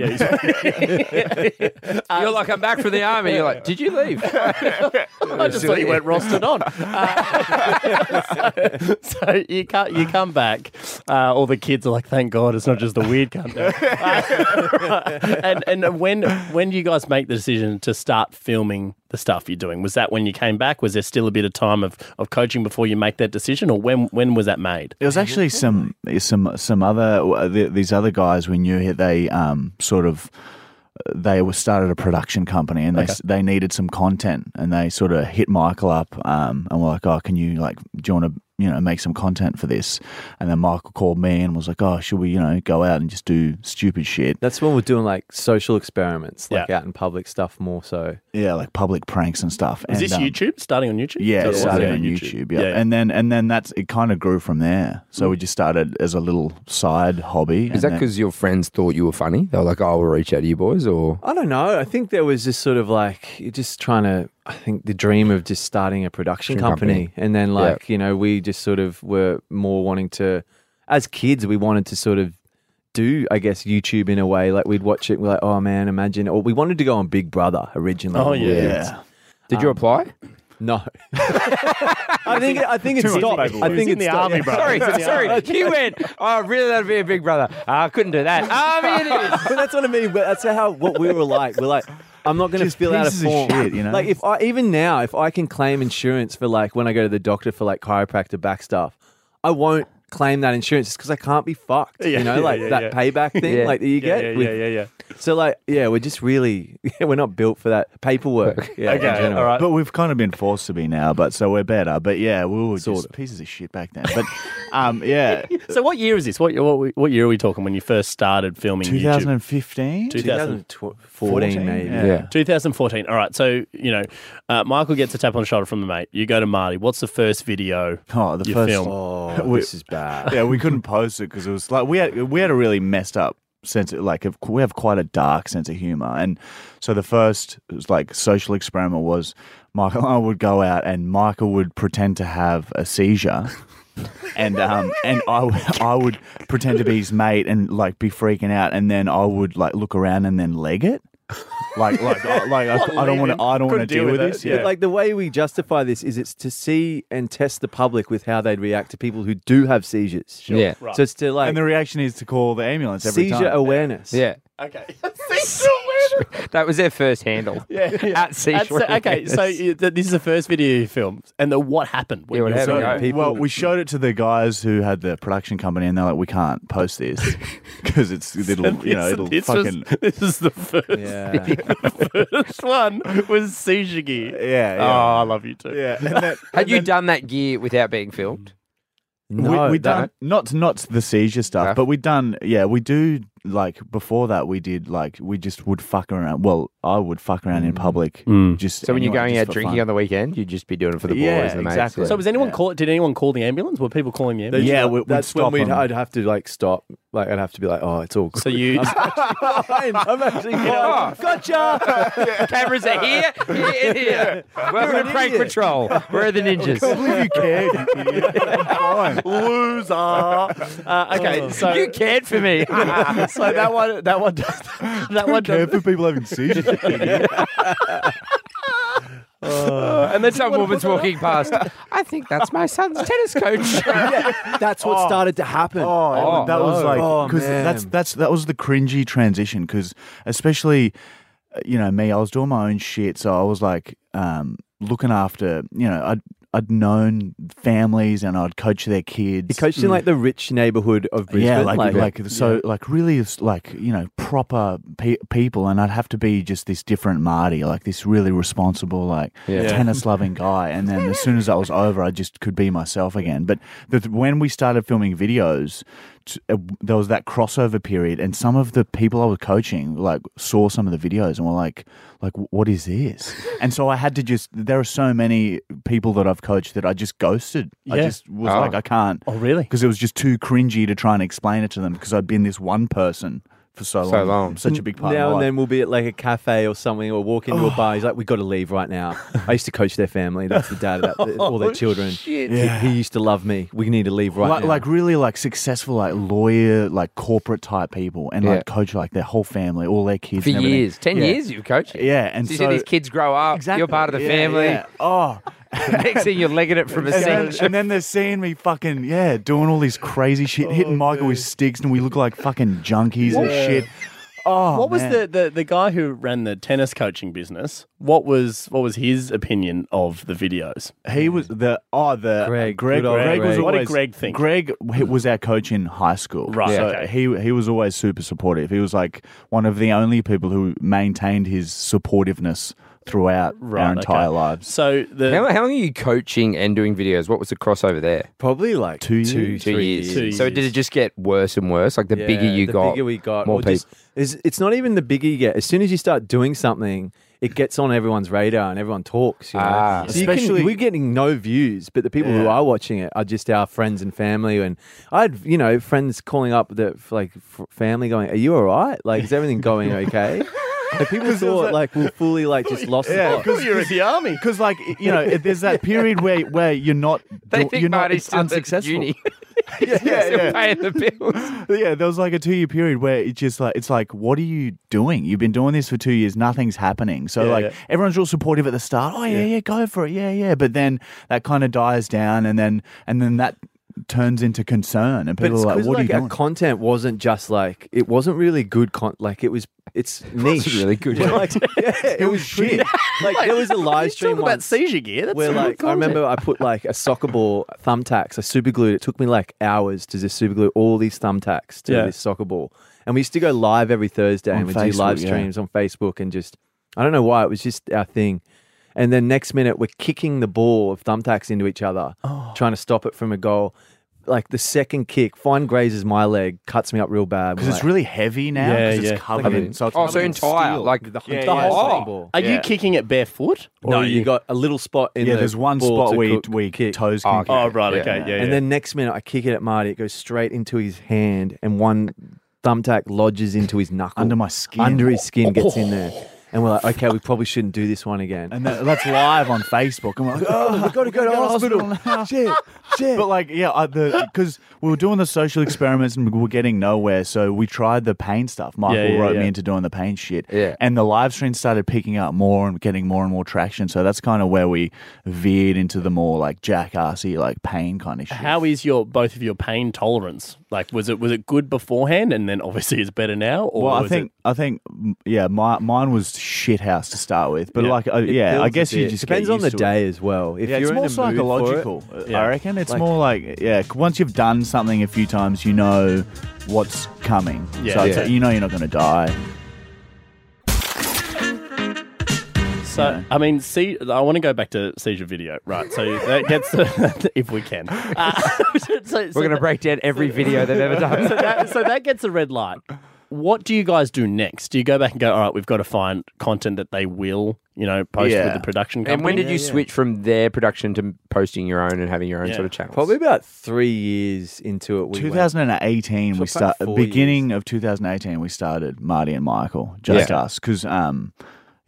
Speaker 6: him.
Speaker 2: Yeah, he's- Um,
Speaker 3: You're like, I'm back from the army. You're like, did you leave?
Speaker 2: I just thought he went rostered on. Uh, so, so you come you come back. Uh, all the kids are like, thank God, it's not just the weird cunt. Uh, and and when when you guys make the decision to start filming the stuff you're doing, was that when you came back? Was there still a bit of time of, of coaching before you make that decision, or when when was that made?
Speaker 6: It was actually some some some other uh, th- these other guys we knew. here, They um, sort of they were started a production company and they s they needed some content and they sort of hit Michael up um, and were like, "Oh, can you like do you want to you know make some content for this?" And then Michael called me and was like, "Oh, should we you know go out and just do stupid shit?
Speaker 1: That's when we're doing like social experiments, like
Speaker 2: Yeah.
Speaker 1: out in public stuff more so.
Speaker 6: Yeah, like public pranks and stuff."
Speaker 2: Is
Speaker 6: and,
Speaker 2: this
Speaker 6: um,
Speaker 2: YouTube starting on YouTube?
Speaker 6: Yeah,
Speaker 2: So it
Speaker 6: it
Speaker 2: was
Speaker 6: started
Speaker 2: there
Speaker 6: on YouTube. yeah. and then and then that's it. Kind of grew from there. So we just started as a little side hobby.
Speaker 3: Is that because your friends thought you were funny? They were like, oh, we'll reach out to you boys, or
Speaker 1: I don't know. I think there was just sort of like you're just trying to. I think the dream of just starting a production
Speaker 3: Production
Speaker 1: company,
Speaker 3: company.
Speaker 1: and then like you know we just sort of were more wanting to, as kids, we wanted to sort of do I guess YouTube in a way. Like we'd watch it, we're like, oh man, imagine. Or we wanted to go on Big Brother originally.
Speaker 2: Oh, yeah.
Speaker 6: Yeah.
Speaker 3: did
Speaker 2: Um,
Speaker 3: you apply?
Speaker 1: No. I think I think it
Speaker 6: much
Speaker 1: stopped. I
Speaker 6: paperwork.
Speaker 1: think
Speaker 2: He's in
Speaker 1: it
Speaker 2: the
Speaker 1: stopped.
Speaker 2: army, bro.
Speaker 3: Sorry, sorry. He went, oh, I really, that'd be a big brother. Uh, I couldn't do that. Army it is.
Speaker 1: but that's what I mean. But that's how what we were like. We're like, I'm not going to
Speaker 6: Just
Speaker 1: fill out a
Speaker 6: pieces of
Speaker 1: form.
Speaker 6: shit, you know?
Speaker 1: Like if I even now, if I can claim insurance for like when I go to the doctor for like chiropractor back stuff, I won't claim that insurance because I can't be fucked.
Speaker 2: Yeah,
Speaker 1: you know,
Speaker 2: yeah,
Speaker 1: like
Speaker 2: yeah,
Speaker 1: that
Speaker 2: yeah.
Speaker 1: payback thing,
Speaker 3: Yeah.
Speaker 1: like that you
Speaker 2: Yeah,
Speaker 1: get.
Speaker 2: yeah,
Speaker 1: with-
Speaker 2: yeah, yeah, yeah.
Speaker 1: So like, yeah, we're just really we're not built for that paperwork. Yeah, in
Speaker 2: Okay,
Speaker 1: general.
Speaker 2: all right.
Speaker 6: But we've kind of been forced to be now, but so we're better. But yeah, we were
Speaker 1: Sort
Speaker 6: just
Speaker 1: of.
Speaker 6: pieces of shit back then. But um, yeah,
Speaker 2: So what year is this? What what, what year are we talking when you first started filming YouTube?
Speaker 6: 2015.
Speaker 1: 2014 maybe.
Speaker 6: Yeah.
Speaker 2: 2014. All right. So, you know, uh, Michael gets a tap on the shoulder from the mate. You go to Marty. What's the first video?
Speaker 6: Oh, the
Speaker 2: You
Speaker 6: first.
Speaker 2: film.
Speaker 1: Oh,
Speaker 6: We-
Speaker 1: this is bad.
Speaker 6: Yeah, we couldn't post it because it was like we had we had a really messed up sense of like of- we have quite a dark sense of humor, and so the first it was like social experiment was Michael and I would go out and Michael would pretend to have a seizure. And um and I, w- I would pretend to be his mate and like be freaking out and then I would like look around and then leg it like like I, like I, I don't want to I don't want
Speaker 2: Couldn't
Speaker 6: to
Speaker 2: deal
Speaker 6: deal with
Speaker 2: with that,
Speaker 6: this
Speaker 2: yeah.
Speaker 6: yeah.
Speaker 1: But like the way we justify this is it's to see and test the public with how they'd react to people who do have seizures.
Speaker 3: Yeah.
Speaker 1: So it's to like
Speaker 6: and the reaction is to call the ambulance every
Speaker 1: seizure
Speaker 6: time
Speaker 1: awareness.
Speaker 3: Yeah.
Speaker 2: Okay.
Speaker 3: That was their first handle. Yeah. At sea.
Speaker 2: That's, uh, okay. So you- th- this is the first video you filmed. And the, what happened? when
Speaker 3: Yeah, what
Speaker 2: you-
Speaker 3: happened?
Speaker 2: so-
Speaker 3: Yeah.
Speaker 1: People,
Speaker 6: well, we showed it to the guys who had the production company, and they're like, "We can't post this because it's it'll you know
Speaker 2: This-
Speaker 6: it'll
Speaker 2: this, was-
Speaker 6: fucking
Speaker 2: this is the first,
Speaker 1: yeah.
Speaker 2: first one was Sujigi.
Speaker 6: yeah
Speaker 2: Oh,
Speaker 6: yeah
Speaker 2: I love you too.
Speaker 6: yeah." And that,
Speaker 3: Had you done that gear without being filmed?
Speaker 1: no,
Speaker 6: we, we
Speaker 1: that-
Speaker 6: done not not the seizure stuff,
Speaker 3: Okay.
Speaker 6: but we done yeah we do like before that we did like we just would fuck around. Well, I would fuck around in public. Just
Speaker 3: So when you're
Speaker 6: anyway,
Speaker 3: going
Speaker 6: just
Speaker 3: out
Speaker 6: for
Speaker 3: drinking on
Speaker 6: fun.
Speaker 3: the weekend, you'd just be doing it for the boys
Speaker 6: Yeah,
Speaker 3: and the mates.
Speaker 6: exactly.
Speaker 3: yeah.
Speaker 2: So was anyone
Speaker 6: Yeah.
Speaker 2: call? Did anyone call the ambulance? Were people calling the ambulance?
Speaker 6: yeah, we- we'd
Speaker 1: that's when
Speaker 6: stop
Speaker 1: we'd,
Speaker 6: 'em.
Speaker 1: I'd have to like stop. Like I'd have to be like, oh, it's all good. Oh.
Speaker 2: So you
Speaker 1: I'm, I'm actually fine. Gotcha.
Speaker 3: cameras are here, here, and here. Welcome to Prank
Speaker 1: idiot.
Speaker 3: Patrol. We're the ninjas.
Speaker 6: I can't believe you cared. I'm fine.
Speaker 2: loser. Uh, okay, so
Speaker 3: you cared for me.
Speaker 2: so that one, that one, does, that one,
Speaker 6: Care
Speaker 2: does,
Speaker 6: for people having seizures.
Speaker 3: and then some woman's walking past. I think that's my son's tennis coach.
Speaker 1: That's what started to happen.
Speaker 6: Oh, that was like
Speaker 1: Oh,
Speaker 6: because that's
Speaker 1: man.
Speaker 6: that's that was the cringy transition because especially uh, you know me, I was doing my own shit, so I was like um, looking after you know I'd I'd known families and I'd coach their kids.
Speaker 1: You coached in like the rich neighborhood of Brisbane.
Speaker 6: yeah, like, like, so, like really, it's like you know, proper pe- people, and I'd have to be just this different Marty, like this really responsible, like tennis loving guy. And then as soon as that was over, I just could be myself again. But the, when we started filming videos, t- uh, there was that crossover period, and some of the people I was coaching like saw some of the videos and were like, like, what is this? and so I had to just. There are so many people that I've coached that I just ghosted. I
Speaker 2: Yeah.
Speaker 6: just was
Speaker 3: Oh.
Speaker 6: like, I can't
Speaker 2: Oh, really?
Speaker 6: because it was just too cringy to try and explain it to them because I'd been this one person for so long.
Speaker 3: So long.
Speaker 6: Such a big part
Speaker 1: now
Speaker 6: of
Speaker 1: and
Speaker 6: life. Oh.
Speaker 1: then we'll be at like a cafe or something, or walk into a bar. He's like, "We got to leave right now." I used to coach their family. That's the dad of that, all their children. He-
Speaker 6: Oh, Yeah.
Speaker 1: He, used to love me. We need to leave right
Speaker 6: like,
Speaker 1: now.
Speaker 6: like really like successful like lawyer like corporate type people and like
Speaker 3: Yeah.
Speaker 6: coach like their whole family all their kids
Speaker 3: for
Speaker 6: and everything.
Speaker 3: years, ten
Speaker 6: Yeah.
Speaker 3: years you've coached.
Speaker 6: Yeah, and
Speaker 3: so you
Speaker 6: so-
Speaker 3: see these kids grow up.
Speaker 6: exactly
Speaker 3: You're part of the
Speaker 6: Yeah,
Speaker 3: family.
Speaker 6: yeah. oh
Speaker 3: Next thing you're legging it from a
Speaker 6: and then,
Speaker 3: sink.
Speaker 6: and then they're seeing me fucking yeah doing all this crazy shit hitting Michael with sticks and we look like fucking junkies and shit oh
Speaker 2: what was
Speaker 6: man.
Speaker 2: the, the, the guy who ran the tennis coaching business? What was what was his opinion of the videos?
Speaker 6: He was the oh the
Speaker 1: Greg.
Speaker 6: Greg,
Speaker 1: Good old
Speaker 6: Greg was
Speaker 1: Greg.
Speaker 2: What did
Speaker 6: always,
Speaker 2: Greg think?
Speaker 6: Greg he was our coach in high school,
Speaker 2: Right,
Speaker 6: So
Speaker 2: okay.
Speaker 6: he he was always super supportive. He was like one of the only people who maintained his supportiveness throughout our
Speaker 2: Right,
Speaker 6: entire
Speaker 2: okay.
Speaker 6: lives.
Speaker 2: So the
Speaker 3: How, how long are you coaching and doing videos? What was the crossover there?
Speaker 1: probably like
Speaker 6: Two
Speaker 1: two,
Speaker 6: years.
Speaker 3: Two
Speaker 1: three
Speaker 3: years.
Speaker 2: Two
Speaker 3: So did
Speaker 2: years.
Speaker 3: it just get worse and worse? Like the bigger
Speaker 1: Yeah,
Speaker 3: you
Speaker 1: the
Speaker 3: got,
Speaker 1: bigger we got,
Speaker 3: more
Speaker 1: or
Speaker 3: people.
Speaker 1: just- it's, it's not even the bigger you get. As soon as you start doing something, it gets on everyone's radar and everyone talks. You know?
Speaker 3: Ah.
Speaker 1: so you can-
Speaker 6: Especially-
Speaker 1: we're getting no views, but the people who are watching it are just our friends and family. And I had you know friends calling up the f- like f- family going, "Are you all right? Like, is everything going okay?" And people thought like we fully like just lost the plot.
Speaker 2: Oh, you're in the army.
Speaker 6: Because like you know, it, there's that period where where you're not
Speaker 3: They
Speaker 6: do-
Speaker 3: think
Speaker 6: you're not
Speaker 3: Marty's
Speaker 6: it's
Speaker 3: still at
Speaker 6: unsuccessful.
Speaker 3: uni.
Speaker 6: yeah,
Speaker 3: still
Speaker 6: yeah.
Speaker 3: paying the bills.
Speaker 6: yeah, there was like a two year period where it's just like it's like, what are you doing? You've been doing this for two years, nothing's happening. So
Speaker 2: Yeah,
Speaker 6: like
Speaker 2: yeah.
Speaker 6: everyone's real supportive at the start. Oh yeah, yeah, go for it, yeah, yeah. But then that kind of dies down, and then and then that turns into concern, and
Speaker 1: But
Speaker 6: people
Speaker 1: it's
Speaker 6: are like,
Speaker 1: 'cause,
Speaker 6: what
Speaker 1: like,
Speaker 6: are you
Speaker 1: our
Speaker 6: doing?
Speaker 1: content wasn't just like it wasn't really good con like it was it's niche.
Speaker 3: really good.
Speaker 1: Yeah, like, yeah, it was shit. Like there was a live
Speaker 2: Talk
Speaker 1: stream
Speaker 2: about
Speaker 1: once
Speaker 2: seizure gear. That's
Speaker 1: where
Speaker 2: some good
Speaker 1: like I
Speaker 2: content.
Speaker 1: remember I put like a soccer ball thumbtacks, I super glued. It took me like hours to just super glue all these thumbtacks to
Speaker 2: Yeah.
Speaker 1: this soccer ball. And we used to go live every Thursday
Speaker 6: On
Speaker 1: and we do
Speaker 6: Facebook,
Speaker 1: live
Speaker 6: yeah.
Speaker 1: streams on Facebook and just I don't know why it was just our thing. And then next minute we're kicking the ball of thumbtacks into each other, trying to stop it from a goal. Like the second kick, fine grazes my leg, cuts me up real bad.
Speaker 6: Because
Speaker 1: We're
Speaker 6: it's
Speaker 1: like,
Speaker 6: really heavy now.
Speaker 2: Yeah,
Speaker 6: 'cause
Speaker 2: yeah.
Speaker 6: It's covered in, so it's
Speaker 3: oh,
Speaker 6: covered
Speaker 3: so
Speaker 6: in
Speaker 3: entire
Speaker 6: steel.
Speaker 3: like
Speaker 1: the,
Speaker 6: Yeah, yeah,
Speaker 1: the whole
Speaker 6: yeah.
Speaker 1: soccer
Speaker 3: Oh.
Speaker 1: ball.
Speaker 2: Are
Speaker 3: Yeah.
Speaker 2: you kicking it barefoot? Or
Speaker 1: No,
Speaker 2: are
Speaker 1: you
Speaker 2: you
Speaker 1: got a little spot in
Speaker 6: yeah.
Speaker 1: the
Speaker 6: There's one
Speaker 1: ball
Speaker 6: spot
Speaker 1: to
Speaker 6: where you,
Speaker 1: cook-
Speaker 6: where your
Speaker 1: kick.
Speaker 6: toes
Speaker 3: Oh,
Speaker 6: can.
Speaker 3: okay.
Speaker 6: kick.
Speaker 2: Oh right, okay, yeah. yeah.
Speaker 1: And then next minute, I kick it at Marty. It goes straight into his hand, and one thumbtack lodges into his knuckle.
Speaker 6: Under my skin.
Speaker 1: Under his skin gets in there. And we're like, okay, we probably shouldn't do this one again.
Speaker 6: And that, that's live on Facebook. And we're like, oh,
Speaker 1: we've got to go to hospital. shit, shit.
Speaker 6: But like, yeah, I, the because we were doing the social experiments and we were getting nowhere, so we tried the pain stuff. Michael
Speaker 2: Yeah, yeah,
Speaker 6: wrote
Speaker 2: yeah.
Speaker 6: me into doing the pain shit,
Speaker 3: Yeah.
Speaker 6: And the live stream started picking up more and getting more and more traction. So that's kind of where we veered into the more like jackassy, like pain kind of shit.
Speaker 2: How is your both of your pain tolerance? Like, was it was it good beforehand, and then obviously it's better now? Or
Speaker 6: well, I
Speaker 2: was
Speaker 6: think
Speaker 2: it-
Speaker 6: I think mm, yeah, my mine was shit house to start with, but
Speaker 2: Yeah.
Speaker 6: like uh,
Speaker 1: It
Speaker 6: yeah, I
Speaker 1: builds a
Speaker 6: guess you
Speaker 1: bit.
Speaker 6: just get
Speaker 1: depends on the
Speaker 6: used to it.
Speaker 1: day as well. If
Speaker 6: Yeah, it's
Speaker 1: you're in
Speaker 6: more
Speaker 1: a mood for it-
Speaker 6: psychological. uh, I
Speaker 2: Yeah.
Speaker 6: reckon it's
Speaker 1: Like-
Speaker 6: more like yeah. c- Once you've done something a few times, you know what's coming.
Speaker 2: Yeah.
Speaker 6: so it's
Speaker 2: Yeah.
Speaker 6: like, you know you're not going to die.
Speaker 2: so. I mean, see, I want to go back to seizure video, right? So that gets if we can. Uh, so- so
Speaker 3: We're going to
Speaker 2: that-
Speaker 3: break down every video they've ever done.
Speaker 2: so that, so that gets a red light. What do you guys do next? Do you go back and go, all right, we've got to find content that they will, you know, post
Speaker 6: Yeah.
Speaker 2: with the production company?
Speaker 3: and when did you switch from their production to posting your own and having your own
Speaker 2: Yeah.
Speaker 3: sort of channel?
Speaker 1: Probably about three years into it, we went-
Speaker 6: 2018, we
Speaker 1: So about
Speaker 6: start
Speaker 1: four
Speaker 6: beginning of 2018. We started Marty and Michael, just
Speaker 3: Yeah.
Speaker 6: us, because um,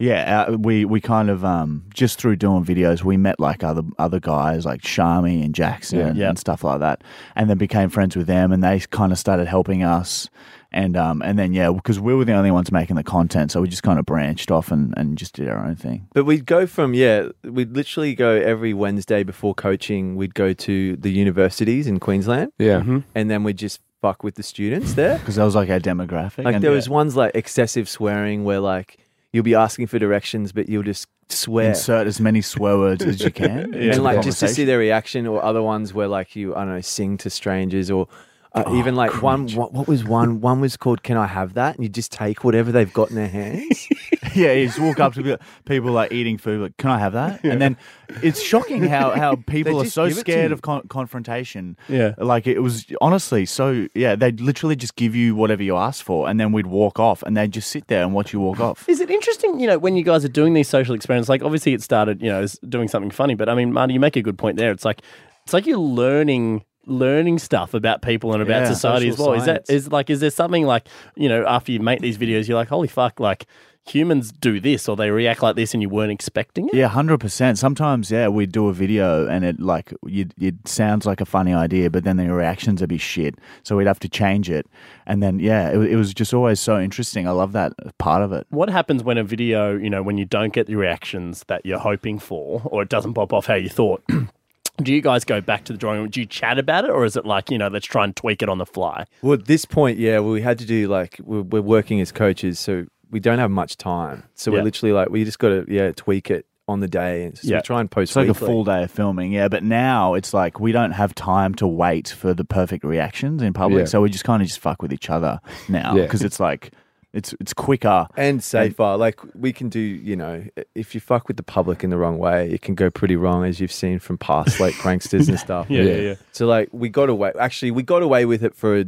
Speaker 6: yeah, uh, we we kind of um just through doing videos, we met like other other guys like Shami and Jackson
Speaker 2: Yeah.
Speaker 6: and stuff like that, and then became friends with them, and they kind of started helping us. And um and then yeah, because we were the only ones making the content, so we just kind of branched off and, and just did our own thing.
Speaker 1: But we'd go from yeah, we'd literally go every Wednesday before coaching. We'd go to the universities in Queensland,
Speaker 3: Yeah.
Speaker 6: Mm-hmm.
Speaker 1: and then we'd just fuck with the students there.
Speaker 6: Because that was like our demographic.
Speaker 1: Like
Speaker 6: and
Speaker 1: there
Speaker 6: yeah.
Speaker 1: was ones like excessive swearing where like you'll be asking for directions, but you'll just swear.
Speaker 6: insert as many swear words as you can, into
Speaker 1: and
Speaker 6: the
Speaker 1: like just to
Speaker 6: conversation.
Speaker 1: see their reaction, or other ones where like you I don't know sing to strangers, or uh, even like one what, what was one one was called "Can I Have That?" and you just take whatever they've got in their hands.
Speaker 6: Yeah, you just walk up to people- people like eating food, like, can I have that? And then it's shocking how, how people
Speaker 1: They
Speaker 6: are
Speaker 1: just
Speaker 6: so
Speaker 1: give it to
Speaker 6: scared
Speaker 1: you.
Speaker 6: of con- confrontation.
Speaker 2: Yeah.
Speaker 6: Like it was honestly so, yeah, they'd literally just give you whatever you asked for and then we'd walk off and they'd just sit there and watch you walk off.
Speaker 2: Is it interesting, you know, when you guys are doing these social experiments? Like, obviously, it started, you know, as doing something funny, but I mean, Marty, you make a good point there. It's like, it's like you're learning learning stuff about people and about
Speaker 6: Yeah.
Speaker 2: society as
Speaker 1: Social
Speaker 2: well. Is that
Speaker 1: science.
Speaker 2: is like is there something like you know after you make these videos you're like holy fuck like humans do this or they react like this and you weren't expecting it?
Speaker 6: Yeah, hundred percent. Sometimes, yeah, we do a video and it like it, it sounds like a funny idea, but then the reactions would be shit. So we'd have to change it, and then yeah, it, wa- it was just always so interesting. I love that part of it.
Speaker 2: What happens when a video, you know, when you don't get the reactions that you're hoping for or it doesn't pop off how you thought? Do you guys go back to the drawing room? Do you chat about it, or is it like you know, let's try and tweak it on the fly?
Speaker 1: Well, at this point, yeah, we had to do like we're, we're working as coaches, so we don't have much time. So
Speaker 2: Yeah.
Speaker 1: we're literally like we just got to yeah tweak it on the day and so
Speaker 2: Yeah.
Speaker 1: we try and post
Speaker 6: It's like a
Speaker 1: weekly.
Speaker 6: full day of filming, yeah. But now it's like we don't have time to wait for the perfect reactions in public,
Speaker 3: Yeah.
Speaker 6: so we just kind of just fuck with each other now
Speaker 3: Yeah.
Speaker 6: because it's like it's it's quicker.
Speaker 1: and safer. like we can do, you know, if you fuck with the public in the wrong way, it can go pretty wrong, as you've seen from past like pranksters and stuff.
Speaker 2: Yeah, yeah, yeah.
Speaker 3: Yeah.
Speaker 1: So like we got away. Actually, we got away with it for a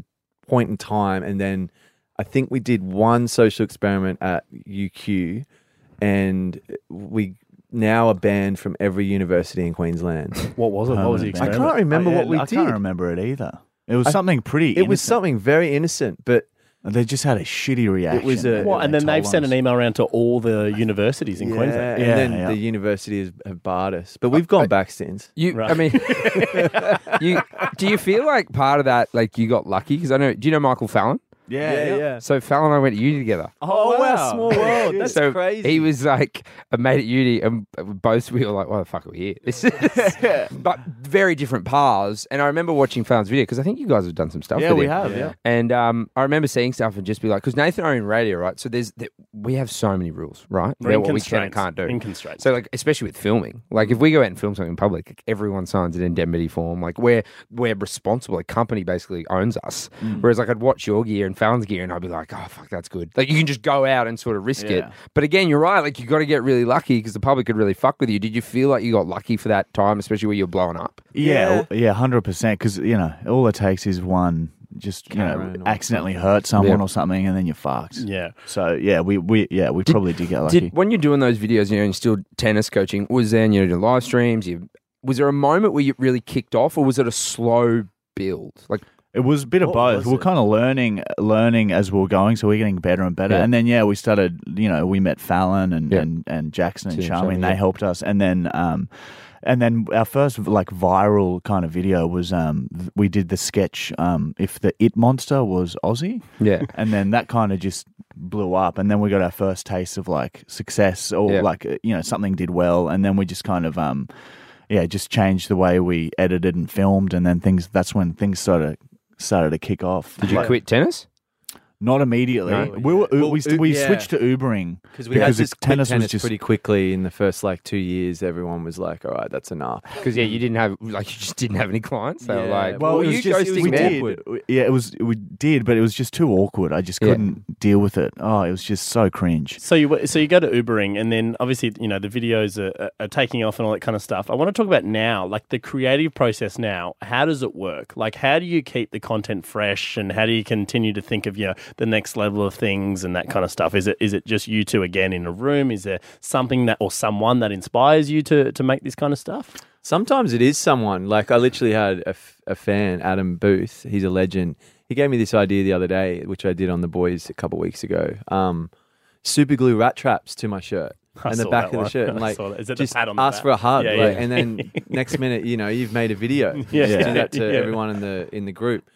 Speaker 1: point in time, and then I think we did one social experiment at UQ, and we now are banned from every university in Queensland.
Speaker 2: What was it? What was the
Speaker 6: Permanent
Speaker 1: Um,
Speaker 2: experiment?
Speaker 6: ban.
Speaker 1: I can't remember
Speaker 6: Oh, yeah,
Speaker 1: what we
Speaker 6: I
Speaker 1: did.
Speaker 6: can't remember it either. It was
Speaker 1: I-
Speaker 6: something pretty.
Speaker 1: It was
Speaker 6: innocent.
Speaker 1: something very innocent, but
Speaker 6: They just had a shitty reaction.
Speaker 1: was a-
Speaker 2: Well, and then
Speaker 6: told
Speaker 2: they've sent
Speaker 6: us.
Speaker 2: an email around to all the universities in
Speaker 1: yeah,
Speaker 2: Queensland.
Speaker 1: and
Speaker 6: Yeah,
Speaker 1: then
Speaker 6: yeah.
Speaker 1: the universities have barred us. But we've gone back since.
Speaker 3: You,
Speaker 2: Right.
Speaker 3: I mean, you do you feel like part of that? Like you got lucky because I know. Do you know Michael Fallon?
Speaker 6: Yeah, yeah.
Speaker 3: So Fallon and I went to uni together.
Speaker 1: Oh, wow, small world. That's
Speaker 3: so
Speaker 1: crazy.
Speaker 3: He was like a mate at uni, and both we were like, "Why the fuck are we here?" This is, but very different paths. And I remember watching Fallon's video because I think you guys have done some stuff.
Speaker 6: Yeah,
Speaker 3: with
Speaker 6: we
Speaker 3: him.
Speaker 6: have. Yeah.
Speaker 3: And um, I remember seeing stuff and just be like, because Nathan and I are in radio, right? So there's th- we have so many rules, right?
Speaker 2: We're in
Speaker 3: About what we can and
Speaker 2: constraints.
Speaker 3: can't do.
Speaker 2: In constraints.
Speaker 3: So like, especially with filming, like if we go out and film something in public, like, everyone signs an indemnity form. Like we're we're responsible. A company basically owns us. Whereas like I'd watch your gear and Fallon's gear, and I'd be like, oh fuck, that's good. Like you can just go out and sort of risk it.
Speaker 6: Yeah.
Speaker 3: But again, you're right. Like you got to get really lucky because the public could really fuck with you. Did you feel like you got lucky for that time, especially where you're blowing up?
Speaker 6: Yeah, w- yeah, hundred percent. Because you know, all it takes is one just you know
Speaker 1: Karen or
Speaker 6: accidentally hurt someone
Speaker 3: Yeah.
Speaker 6: or something, and then you're fucked.
Speaker 2: Yeah.
Speaker 6: So yeah, we we yeah we probably did get lucky.
Speaker 3: Did when you're doing those videos, you know, and you're still tennis coaching, was then you know, doing live streams, you was there a moment where you really kicked off or was it a slow build? Like
Speaker 6: it was a bit of
Speaker 1: What
Speaker 6: both.
Speaker 1: was
Speaker 6: We We're
Speaker 1: it?
Speaker 6: kind of learning learning as we were going, so we're getting better and better.
Speaker 3: Yeah.
Speaker 6: And then yeah, we started. You know, we met Fallon and
Speaker 3: Yeah.
Speaker 6: and, and Jackson and
Speaker 3: Tim,
Speaker 6: Charmy,
Speaker 3: Charmy,
Speaker 6: and
Speaker 3: yeah.
Speaker 6: they helped us. And then um, and then our first like viral kind of video was um th- we did the sketch um if the it monster was Aussie.
Speaker 3: Yeah.
Speaker 6: and then that kind of just blew up and then we got our first taste of like success or
Speaker 3: Yeah.
Speaker 6: like uh, you know something did well and then we just kind of um yeah just changed the way we edited and filmed and then things that's when things started started to kick off
Speaker 3: did you quit tennis?
Speaker 6: not immediately
Speaker 3: No. uh,
Speaker 6: we were uh,
Speaker 1: Well,
Speaker 6: we,
Speaker 1: u-
Speaker 6: we
Speaker 1: yeah.
Speaker 6: switched to ubering
Speaker 1: Because we had
Speaker 6: it-
Speaker 1: this tennis, tennis pretty quickly in the first like two years, everyone was like, "All right, that's enough."
Speaker 3: Because yeah, you didn't have like you just didn't have any clients. They were
Speaker 1: Yeah.
Speaker 3: like,
Speaker 1: Well,
Speaker 3: well,
Speaker 1: it
Speaker 3: you
Speaker 1: was just- it was
Speaker 3: ghosting me.
Speaker 6: we
Speaker 1: weird.
Speaker 6: did.
Speaker 1: awkward.
Speaker 6: We- Yeah, it was we did, but it was just too awkward. I just
Speaker 3: Yeah.
Speaker 6: couldn't deal with it. Oh, it was just so cringe.
Speaker 2: So you so you go to Ubering, and then obviously you know the videos are, are, are taking off and all that kind of stuff. I want to talk about now, like the creative process now. How does it work? Like, how do you keep the content fresh, and how do you continue to think of you know the next level of things and that kind of stuff? Is it is it just you two again in a room? Is there something that or someone that inspires you to to make this kind of stuff?
Speaker 1: Sometimes it is someone. Like I literally had a, f- a fan, Adam Booth. He's a legend. He gave me this idea the other day, which I did on the boys a couple weeks ago. Um, super glue rat traps to my shirt
Speaker 2: I
Speaker 1: and the
Speaker 2: saw that
Speaker 1: back of the
Speaker 2: one.
Speaker 1: shirt, and
Speaker 2: I
Speaker 1: like
Speaker 2: saw that. Is it the
Speaker 1: just
Speaker 2: pat on the
Speaker 1: ask
Speaker 2: back?
Speaker 1: for a hug,
Speaker 2: Yeah,
Speaker 1: like,
Speaker 2: yeah.
Speaker 1: and then next minute, you know, you've made a video.
Speaker 2: Yeah.
Speaker 1: Just do that to
Speaker 2: Yeah.
Speaker 1: everyone in the in the group.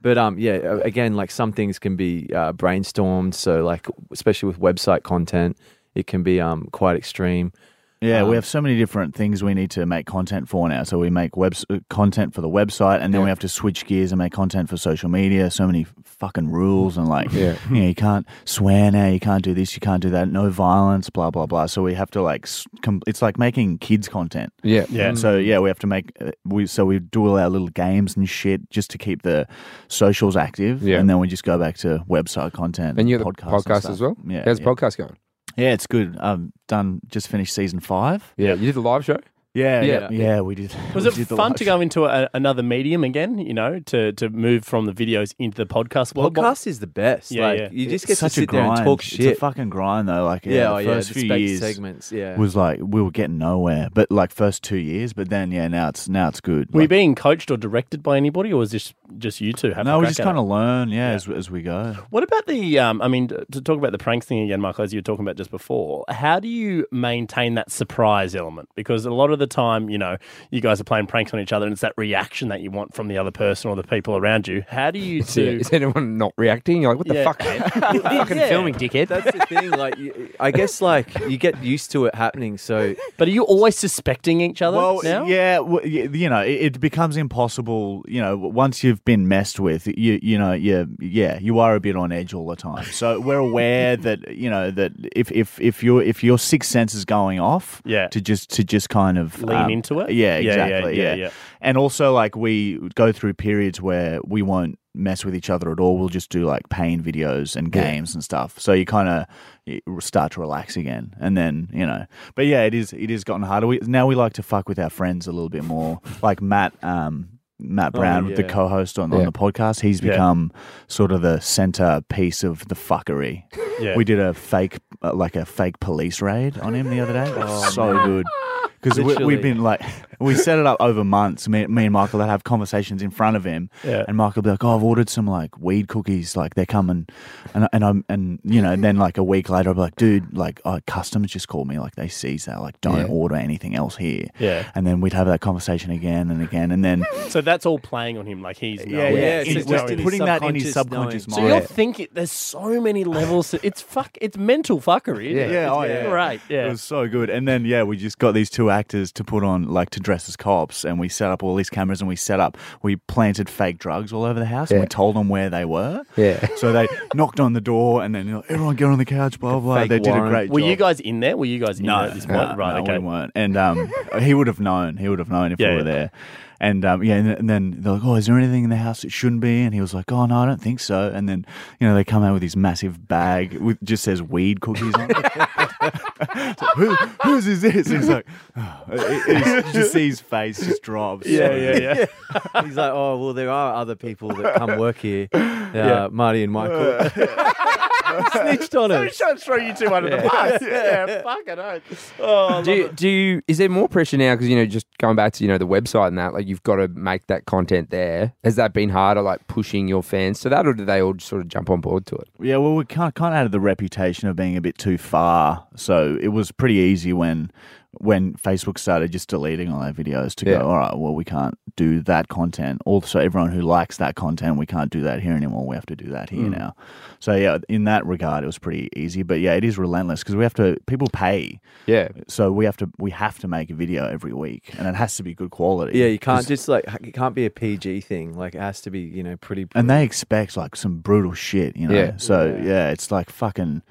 Speaker 1: But um, yeah, a- again, like some things can be uh, brainstormed. So like, especially with website content, it can be um quite extreme.
Speaker 6: Yeah,
Speaker 1: Um,
Speaker 6: we have so many different things we need to make content for now. So we make web content for the website, and then we have to switch gears and make content for social media. So many fucking rules and like,
Speaker 3: Yeah.
Speaker 6: you know, you can't swear now, you can't do this, you can't do that, no violence, blah blah blah. So we have to like, s- com- it's like making kids content.
Speaker 3: Yeah. Mm.
Speaker 2: Yeah.
Speaker 6: So yeah, we have to make uh, we so we do all our little games and shit just to keep the socials active,
Speaker 3: Yeah.
Speaker 6: and then we just go back to website content
Speaker 3: And you had a
Speaker 6: podcasts and
Speaker 3: podcast
Speaker 6: stuff.
Speaker 3: as well?
Speaker 6: Yeah,
Speaker 3: How's the
Speaker 6: yeah.
Speaker 3: podcast going?
Speaker 6: yeah, it's good. I've done just finished season five.
Speaker 3: Yeah. You did the live show?
Speaker 6: Yeah,
Speaker 3: Yeah.
Speaker 6: yeah, yeah. We did.
Speaker 2: Was
Speaker 6: we
Speaker 2: it
Speaker 6: did the
Speaker 2: fun
Speaker 6: live
Speaker 2: to go into a, another medium again? You know, to to move from the videos into the podcast world. What-
Speaker 1: Podcast is the best.
Speaker 2: Yeah,
Speaker 1: like
Speaker 2: yeah.
Speaker 1: you just get
Speaker 6: It's
Speaker 1: to sit there and talk shit.
Speaker 6: It's a fucking grind though. Like yeah,
Speaker 1: oh,
Speaker 6: the first
Speaker 1: the
Speaker 6: few
Speaker 1: spec
Speaker 6: years
Speaker 1: segments. Yeah,
Speaker 6: was like we were getting nowhere, but like first two years. But then yeah, now it's now it's good.
Speaker 2: Were you
Speaker 6: Like,
Speaker 2: being coached or directed by anybody, or was this just you two? Having a
Speaker 6: no, we
Speaker 2: crack
Speaker 6: just
Speaker 2: at it?
Speaker 6: kind of learn yeah, As, as we go.
Speaker 2: What about the? Um, I mean, to talk about the pranks thing again, Michael, as you were talking about just before, how do you maintain that surprise element? Because a lot of the time, you know, you guys are playing pranks on each other, and it's that reaction that you want from the other person or the people around you. How do you
Speaker 3: Is, it-
Speaker 2: two?
Speaker 3: is anyone not reacting? You're like, what the
Speaker 2: Yeah.
Speaker 3: fuck? man? You're fucking
Speaker 2: Yeah.
Speaker 3: filming, dickhead.
Speaker 1: that's the thing. Like, you, I guess like you get used to it happening. So
Speaker 2: But are you always suspecting each other now?
Speaker 6: yeah, well, y- you know, it, it becomes impossible. You know, once you've been messed with, you you know, yeah, yeah, you are a bit on edge all the time. So we're aware that you know that if if if your if your sixth sense is going off,
Speaker 2: Yeah.
Speaker 6: to just to just kind of um,
Speaker 2: Lean into it?
Speaker 6: Yeah,
Speaker 2: Yeah, yeah,
Speaker 6: exactly.
Speaker 2: yeah,
Speaker 6: Yeah,
Speaker 2: yeah.
Speaker 6: And also, like we go through periods where we won't mess with each other at all. We'll just do like pain videos and games and stuff. So you kind of you start to relax again and then you know but yeah it is it is gotten harder we, now we like to fuck with our friends a little bit more like matt um matt brown
Speaker 1: yeah.
Speaker 6: the co-host on, on
Speaker 3: Oh, Yeah.
Speaker 6: the podcast he's become sort of the center piece of the fuckery
Speaker 2: Yeah.
Speaker 6: we did a fake uh, like a fake police raid on him the other day
Speaker 2: Oh,
Speaker 6: so good because we,
Speaker 1: Literally.
Speaker 6: we've been like, we set it up over months. Me, me and Michael, would have conversations in front of him,
Speaker 2: Yeah.
Speaker 6: and Michael would be like, "Oh, I've ordered some like weed cookies, like they're coming," and I- and I'm and you know, and then like a week later, I'd be like, "Dude, like oh, customers just called me, like they seized that, like don't
Speaker 3: Yeah.
Speaker 6: order anything else here."
Speaker 2: Yeah.
Speaker 6: and then we'd have that conversation again and again, and then
Speaker 2: So that's all playing on him, like he's
Speaker 6: yeah,
Speaker 2: knowing.
Speaker 1: yeah,
Speaker 6: it's
Speaker 2: He's
Speaker 6: just
Speaker 1: so just
Speaker 2: knowing.
Speaker 1: in his
Speaker 6: putting that in his
Speaker 1: subconscious
Speaker 6: subconscious
Speaker 1: knowing.
Speaker 2: So
Speaker 6: mind.
Speaker 2: you're thinking there's so many levels. to- it's fuck. It's mental fuckery. Isn't
Speaker 3: Yeah.
Speaker 2: it?
Speaker 6: Yeah,
Speaker 2: It's
Speaker 6: oh, yeah.
Speaker 2: Great. Yeah.
Speaker 6: It was so good. And then, yeah, we just got these two actors to put on, like, to dress as cops. And we set up all these cameras and we set up, we planted fake drugs all over the house and
Speaker 3: Yeah.
Speaker 6: we told them where they were.
Speaker 3: Yeah.
Speaker 6: So they knocked on the door and then, you know, everyone get on the couch, blah, blah.
Speaker 1: Fake
Speaker 6: they did
Speaker 1: warrant.
Speaker 6: a great
Speaker 2: Were
Speaker 6: job.
Speaker 2: you guys in there? Were you guys in there at this point?
Speaker 6: no, Uh,
Speaker 2: right.
Speaker 6: no,
Speaker 2: okay.
Speaker 6: we weren't. And um, he would have known. He would have known if
Speaker 2: Yeah,
Speaker 6: we were
Speaker 2: yeah.
Speaker 6: there. And um, yeah, and, and then they're like, "Oh, is there anything in the house that shouldn't be?" And he was like, "Oh no, I don't think so." And then you know they come out with this massive bag with just says weed cookies on. it. So, Who, whose is this? And he's like, oh. It- it- you just see his face just drops.
Speaker 2: Yeah. Yeah. Yeah.
Speaker 1: he's like, "Oh, well, there are other people that come work here, uh, Marty and Michael." Snitched on him.
Speaker 2: trying to throw you two under the bus. Yeah, fucking oath. Oh,
Speaker 3: Do you, do you, is there more pressure now? Because, you know, just going back to, you know, the website and that, like you've got to make that content there. Has that been harder, like pushing your fans to that, or do they all just sort of jump on board to it?
Speaker 6: Yeah, well, we kind of, kind of had the reputation of being a bit too far, so it was pretty easy when when Facebook started just deleting all our videos to
Speaker 3: Yeah.
Speaker 6: go, all right, well, we can't do that content. Also, everyone who likes that content, we can't do that here anymore. We have to do that
Speaker 1: Hmm.
Speaker 6: here now. So yeah, in that regard, it was pretty easy. But yeah, it is relentless because we have to people pay,
Speaker 3: Yeah.
Speaker 6: so we have to we have to make a video every week, and it has to be good quality.
Speaker 1: Yeah, you can't just like it can't be a PG thing. Like it has to be, you know, pretty.
Speaker 6: and they expect like some brutal shit, you know.
Speaker 3: Yeah.
Speaker 6: So yeah, it's like fucking.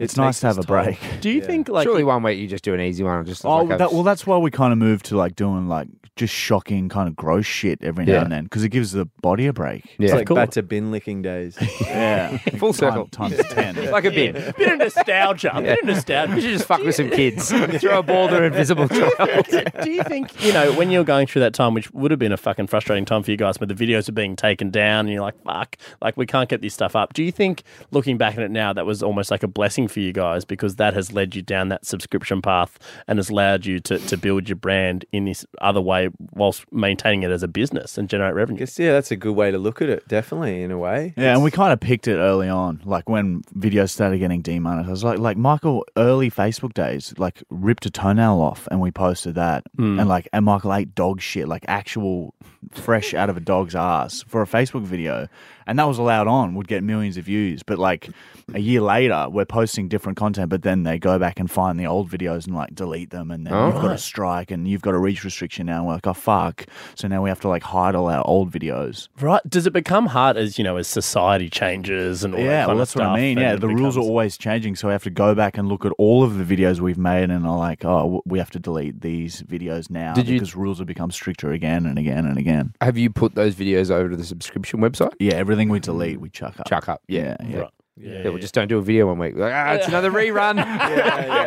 Speaker 6: It's nice to have a break.
Speaker 2: Do you think like
Speaker 3: Surely one week you just do an easy one. Just
Speaker 6: Oh,
Speaker 3: like a-
Speaker 6: that, well, that's why we kind of moved to like doing like just shocking kind of gross shit every now
Speaker 3: Yeah.
Speaker 6: and then because it gives the body a break.
Speaker 1: It's
Speaker 3: Yeah.
Speaker 1: like
Speaker 2: Cool.
Speaker 1: back to bin licking days.
Speaker 6: Yeah,
Speaker 3: Full
Speaker 6: Time-
Speaker 3: circle.
Speaker 6: times ten.
Speaker 3: like a bin.
Speaker 2: yeah, bit of nostalgia, bit of
Speaker 3: You
Speaker 2: nostalgia.
Speaker 3: should just fuck with some kids. Throw a ball to an invisible child.
Speaker 2: Do you think you know when you're going through that time, which would have been a fucking frustrating time for you guys, but the videos are being taken down, and you're like, fuck, like we can't get this stuff up. Do you think looking back at it now, that was almost like a blessing for you guys because that has led you down that subscription path and has allowed you to to build your brand in this other way whilst maintaining it as a business and generate revenue?
Speaker 1: Guess yeah, that's a good way to look at it. Definitely, in a way.
Speaker 6: Yeah, and we kind of picked it early on, like when videos started getting demonetized. Like, like Michael early Facebook days, like ripped a toenail off, and we posted that, and like, and Michael ate dog shit, like actual fresh out of a dog's ass for a Facebook video, and that was allowed on, would get millions of views. But like a year later, we're posting different content, but then they go back and find the old videos and like delete them, and then
Speaker 3: Oh,
Speaker 6: you've got
Speaker 2: right.
Speaker 6: a strike, and you've got a reach restriction now. And we're like, oh fuck! So now we have to like hide all our old videos.
Speaker 2: Right? Does it become hard as you know as society changes and all that
Speaker 6: Yeah,
Speaker 2: kind
Speaker 6: well,
Speaker 2: of
Speaker 6: that's what I
Speaker 2: stuff
Speaker 6: mean.
Speaker 2: and
Speaker 6: Yeah,
Speaker 2: it
Speaker 6: the rules are
Speaker 2: becomes-
Speaker 6: always changing, so I have to go back and look at all of the videos we've made, and I'm like, oh, w- we have to delete these videos now
Speaker 3: Did you-
Speaker 6: because rules have become stricter again and again and again.
Speaker 3: Have you put those videos over to the subscription website?
Speaker 6: Yeah, everything we delete, we chuck up.
Speaker 3: Chuck up. Yeah.
Speaker 6: Yeah, yeah.
Speaker 2: Right.
Speaker 3: People just don't do a video one week. Like, ah, it's another rerun.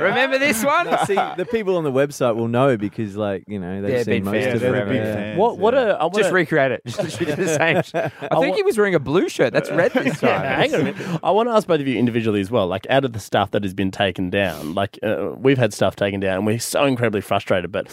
Speaker 3: Remember this one?
Speaker 1: See, the people on the website will know because, like, you know, they've
Speaker 3: They've been
Speaker 1: seen most
Speaker 3: fans
Speaker 1: of
Speaker 6: they're
Speaker 1: it.
Speaker 6: the big
Speaker 1: Yeah.
Speaker 6: fans.
Speaker 2: What? What
Speaker 6: yeah.
Speaker 2: a! I wanna,
Speaker 3: Just recreate it. Just do the same. sh- I
Speaker 2: wa-
Speaker 3: think he was wearing a blue shirt. That's red this time.
Speaker 2: Yeah, hang on a minute. I want to ask both of you individually as well. Like, out of the stuff that has been taken down, like uh, we've had stuff taken down, and we're so incredibly frustrated. But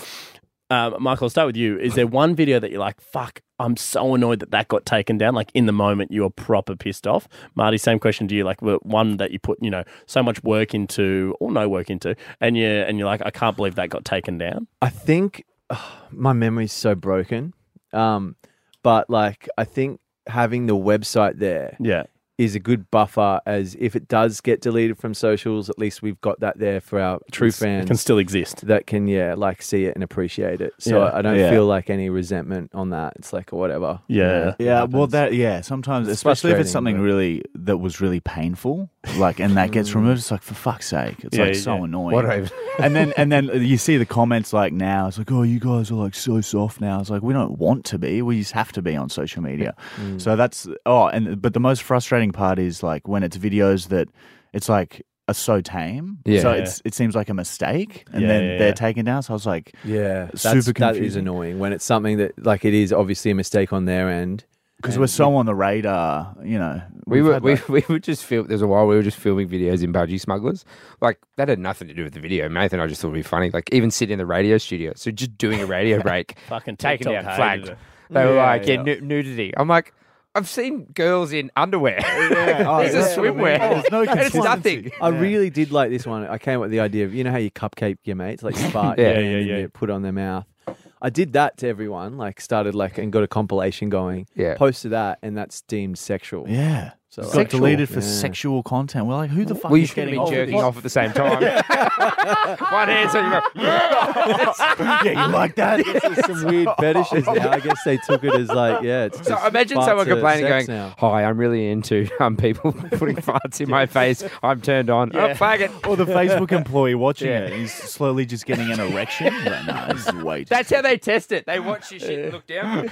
Speaker 2: um, Michael, I'll start with you. Is there one video that you're like, "Fuck, I'm so annoyed that that got taken down"? Like in the moment, you were proper pissed off. Marty, same question to you. Like wh- one that you put, you know, so much work into or no work into, and you and you're like, "I can't believe that got taken down."
Speaker 1: I think my memory's so broken. Um, but like, I think having the website there
Speaker 2: Yeah,
Speaker 1: is a good buffer as if it does get deleted from socials, at least we've got that there for our true
Speaker 2: it can
Speaker 1: fans
Speaker 2: still exist.
Speaker 1: that can, yeah, like see it and appreciate it. So
Speaker 2: Yeah.
Speaker 1: I don't
Speaker 6: Yeah.
Speaker 1: feel like any resentment on that. It's like, whatever.
Speaker 2: Yeah.
Speaker 6: Yeah, well,
Speaker 1: happens.
Speaker 6: that yeah. Sometimes,
Speaker 1: It's
Speaker 6: especially if it's something
Speaker 1: frustrating, but-
Speaker 6: really that was really painful, like, and that gets removed, it's like for fuck's sake, it's
Speaker 2: Mm. Yeah,
Speaker 6: like so
Speaker 2: yeah.
Speaker 6: annoying.
Speaker 3: What a-
Speaker 6: and then and then you see the comments like now, it's like, oh, you guys are like so soft now. It's like we don't want to be, we just have to be on social media.
Speaker 2: Mm.
Speaker 6: So that's oh, and but the most frustrating part is like when it's videos that it's like are so tame.
Speaker 3: Yeah.
Speaker 6: So it's it seems like a mistake, and
Speaker 2: Yeah,
Speaker 6: then
Speaker 2: yeah,
Speaker 6: they're
Speaker 2: yeah.
Speaker 6: taken down. So I was like,
Speaker 1: Yeah. That's,
Speaker 6: Super
Speaker 1: that is
Speaker 6: confusing.
Speaker 1: annoying when it's something that, like, it is obviously a mistake on their end.
Speaker 6: because we're so on the radar, you know.
Speaker 3: We
Speaker 6: we've
Speaker 3: were
Speaker 6: had,
Speaker 3: we,
Speaker 6: like-
Speaker 3: we were just film. There's a while we were just filming videos in budgie smugglers. Like that had nothing to do with the video. Nathan, I just thought it'd be funny. Like even sitting in the radio studio, so just doing a radio break,
Speaker 2: Fucking
Speaker 3: taken
Speaker 2: TikTok
Speaker 3: down,
Speaker 2: hated
Speaker 3: flagged.
Speaker 2: it.
Speaker 3: They were
Speaker 6: Yeah,
Speaker 3: like, yeah,
Speaker 6: yeah.
Speaker 3: nu- nudity. I'm like, I've seen girls in underwear.
Speaker 6: Oh,
Speaker 3: These
Speaker 6: yeah.
Speaker 3: are swimwear.
Speaker 6: Oh, there's no
Speaker 3: And it's
Speaker 6: consistency.
Speaker 3: nothing.
Speaker 1: I really did like this one. I came up with the idea of you know how you cupcake your mates, like you fart,
Speaker 3: Yeah,
Speaker 2: yeah,
Speaker 1: and
Speaker 2: yeah.
Speaker 1: you put on their mouth. I did that to everyone. Like started like and got a compilation going.
Speaker 3: Yeah.
Speaker 1: posted that, and that's deemed sexual.
Speaker 6: Yeah.
Speaker 1: So
Speaker 6: got
Speaker 1: like,
Speaker 3: Sexual.
Speaker 6: deleted for
Speaker 1: Yeah.
Speaker 6: sexual content. We're like, who the fuck
Speaker 3: Well, you
Speaker 6: is
Speaker 3: shouldn't
Speaker 6: getting
Speaker 3: be jerking off at the same time. One hand, so you go,
Speaker 6: yeah, you like that?
Speaker 1: there's some weird fetishes now. I guess they took it as like yeah. It's
Speaker 3: So
Speaker 1: just
Speaker 3: imagine
Speaker 1: farts
Speaker 3: someone
Speaker 1: are
Speaker 3: complaining,
Speaker 1: sex
Speaker 3: going, "Oh,
Speaker 1: now.
Speaker 3: "Hi, I'm really into um, people putting farts in my face. I'm turned on. Oh, flag it."
Speaker 6: or the Facebook employee watching
Speaker 3: Yeah.
Speaker 6: it is slowly just getting an erection. Like, nah, this is way too-
Speaker 3: That's how they test it. They watch your shit and look down.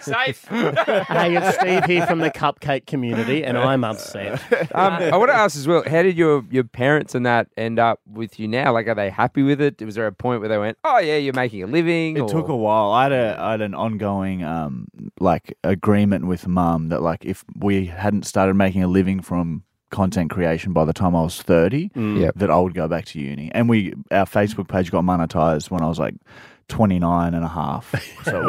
Speaker 3: Safe.
Speaker 2: hey, it's Steve here from the cupcake community, and I'm upset.
Speaker 3: Um, I want to ask as well. How did your your parents and that end up with you now? Like, are they happy with it? Was there a point where they went, "Oh yeah, you're making a living"?
Speaker 6: It took a while. I had a I had an ongoing um like agreement with mum that like if we hadn't started making a living from content creation by the time I was thirty,
Speaker 3: Yep.
Speaker 6: that I would go back to uni. And we our Facebook page got monetized when I was like 29 and a half. So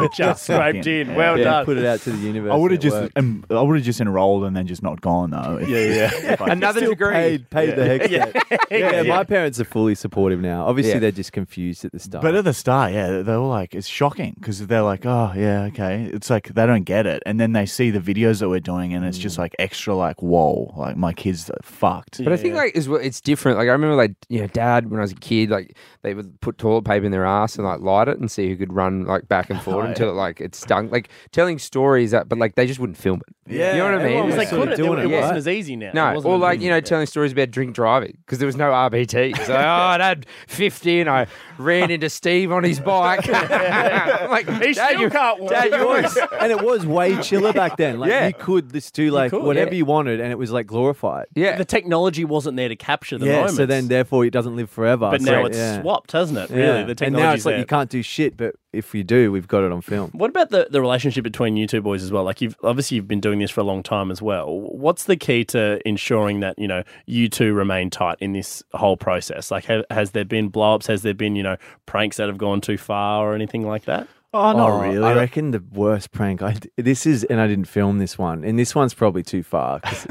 Speaker 6: we
Speaker 2: Just scraped
Speaker 6: fucking-
Speaker 2: in. Well
Speaker 1: yeah,
Speaker 2: done.
Speaker 1: put it out to the universe.
Speaker 6: I would have
Speaker 1: and it
Speaker 6: just
Speaker 1: worked.
Speaker 6: um, I would have just enrolled and then just not gone though. If, yeah, yeah.
Speaker 3: another degree.
Speaker 1: paid paid the hex. debt. Yeah.
Speaker 6: yeah.
Speaker 1: my parents are fully supportive now. Obviously,
Speaker 3: Yeah.
Speaker 1: they're just confused at the start.
Speaker 6: But at the start, yeah, they were like, it's shocking because they're like, oh, yeah, okay. It's like they don't get it. And then they see the videos that we're doing and it's just like extra, like, whoa, like my kids are fucked.
Speaker 3: But I think like as well, it's different. Like I remember, like you know, Dad when I was a kid, like they would put toilet paper in their ass and like light it and see who could run like back and forth until it like it stunk. Like telling stories that, but like they just wouldn't film it. you know what I mean?
Speaker 2: It was like,
Speaker 1: Yeah. Sort
Speaker 2: could it?
Speaker 1: of
Speaker 2: It,
Speaker 1: doing it,
Speaker 2: wasn't
Speaker 1: right?
Speaker 2: as easy now. It
Speaker 3: No,
Speaker 2: wasn't
Speaker 3: or
Speaker 2: as
Speaker 3: like
Speaker 2: easy.
Speaker 3: you know, telling stories about drink driving because there was no RBT. So oh, I had fifty and I ran into Steve on his bike. I'm like
Speaker 2: He
Speaker 3: Dad,
Speaker 2: still
Speaker 3: you
Speaker 2: can't walk.
Speaker 3: Dad, you always.
Speaker 1: and it was way chiller back then. Like
Speaker 3: Yeah.
Speaker 1: you could just do like
Speaker 2: could,
Speaker 1: whatever
Speaker 3: yeah.
Speaker 1: you wanted, and it was like glorified.
Speaker 3: Yeah,
Speaker 2: the technology wasn't there to capture the
Speaker 1: yeah,
Speaker 2: moments.
Speaker 1: so then therefore it doesn't live forever.
Speaker 2: but
Speaker 1: So,
Speaker 2: now it's
Speaker 1: yeah.
Speaker 2: swapped, hasn't it?
Speaker 1: Yeah.
Speaker 2: Really, the technology.
Speaker 1: and now it's like you can't do shit, but if you do, we've got it on film.
Speaker 2: What about the, the relationship between you two boys as well? Like you've obviously you've been doing this for a long time as well. What's the key to ensuring that you know you two remain tight in this whole process? Like, ha- has there been blow-ups? Has there been you know pranks that have gone too far or anything like that?
Speaker 6: Oh, not
Speaker 1: I
Speaker 6: really.
Speaker 1: reckon the worst prank. I d- this is, and I didn't film this one, and this one's probably too far. 'cause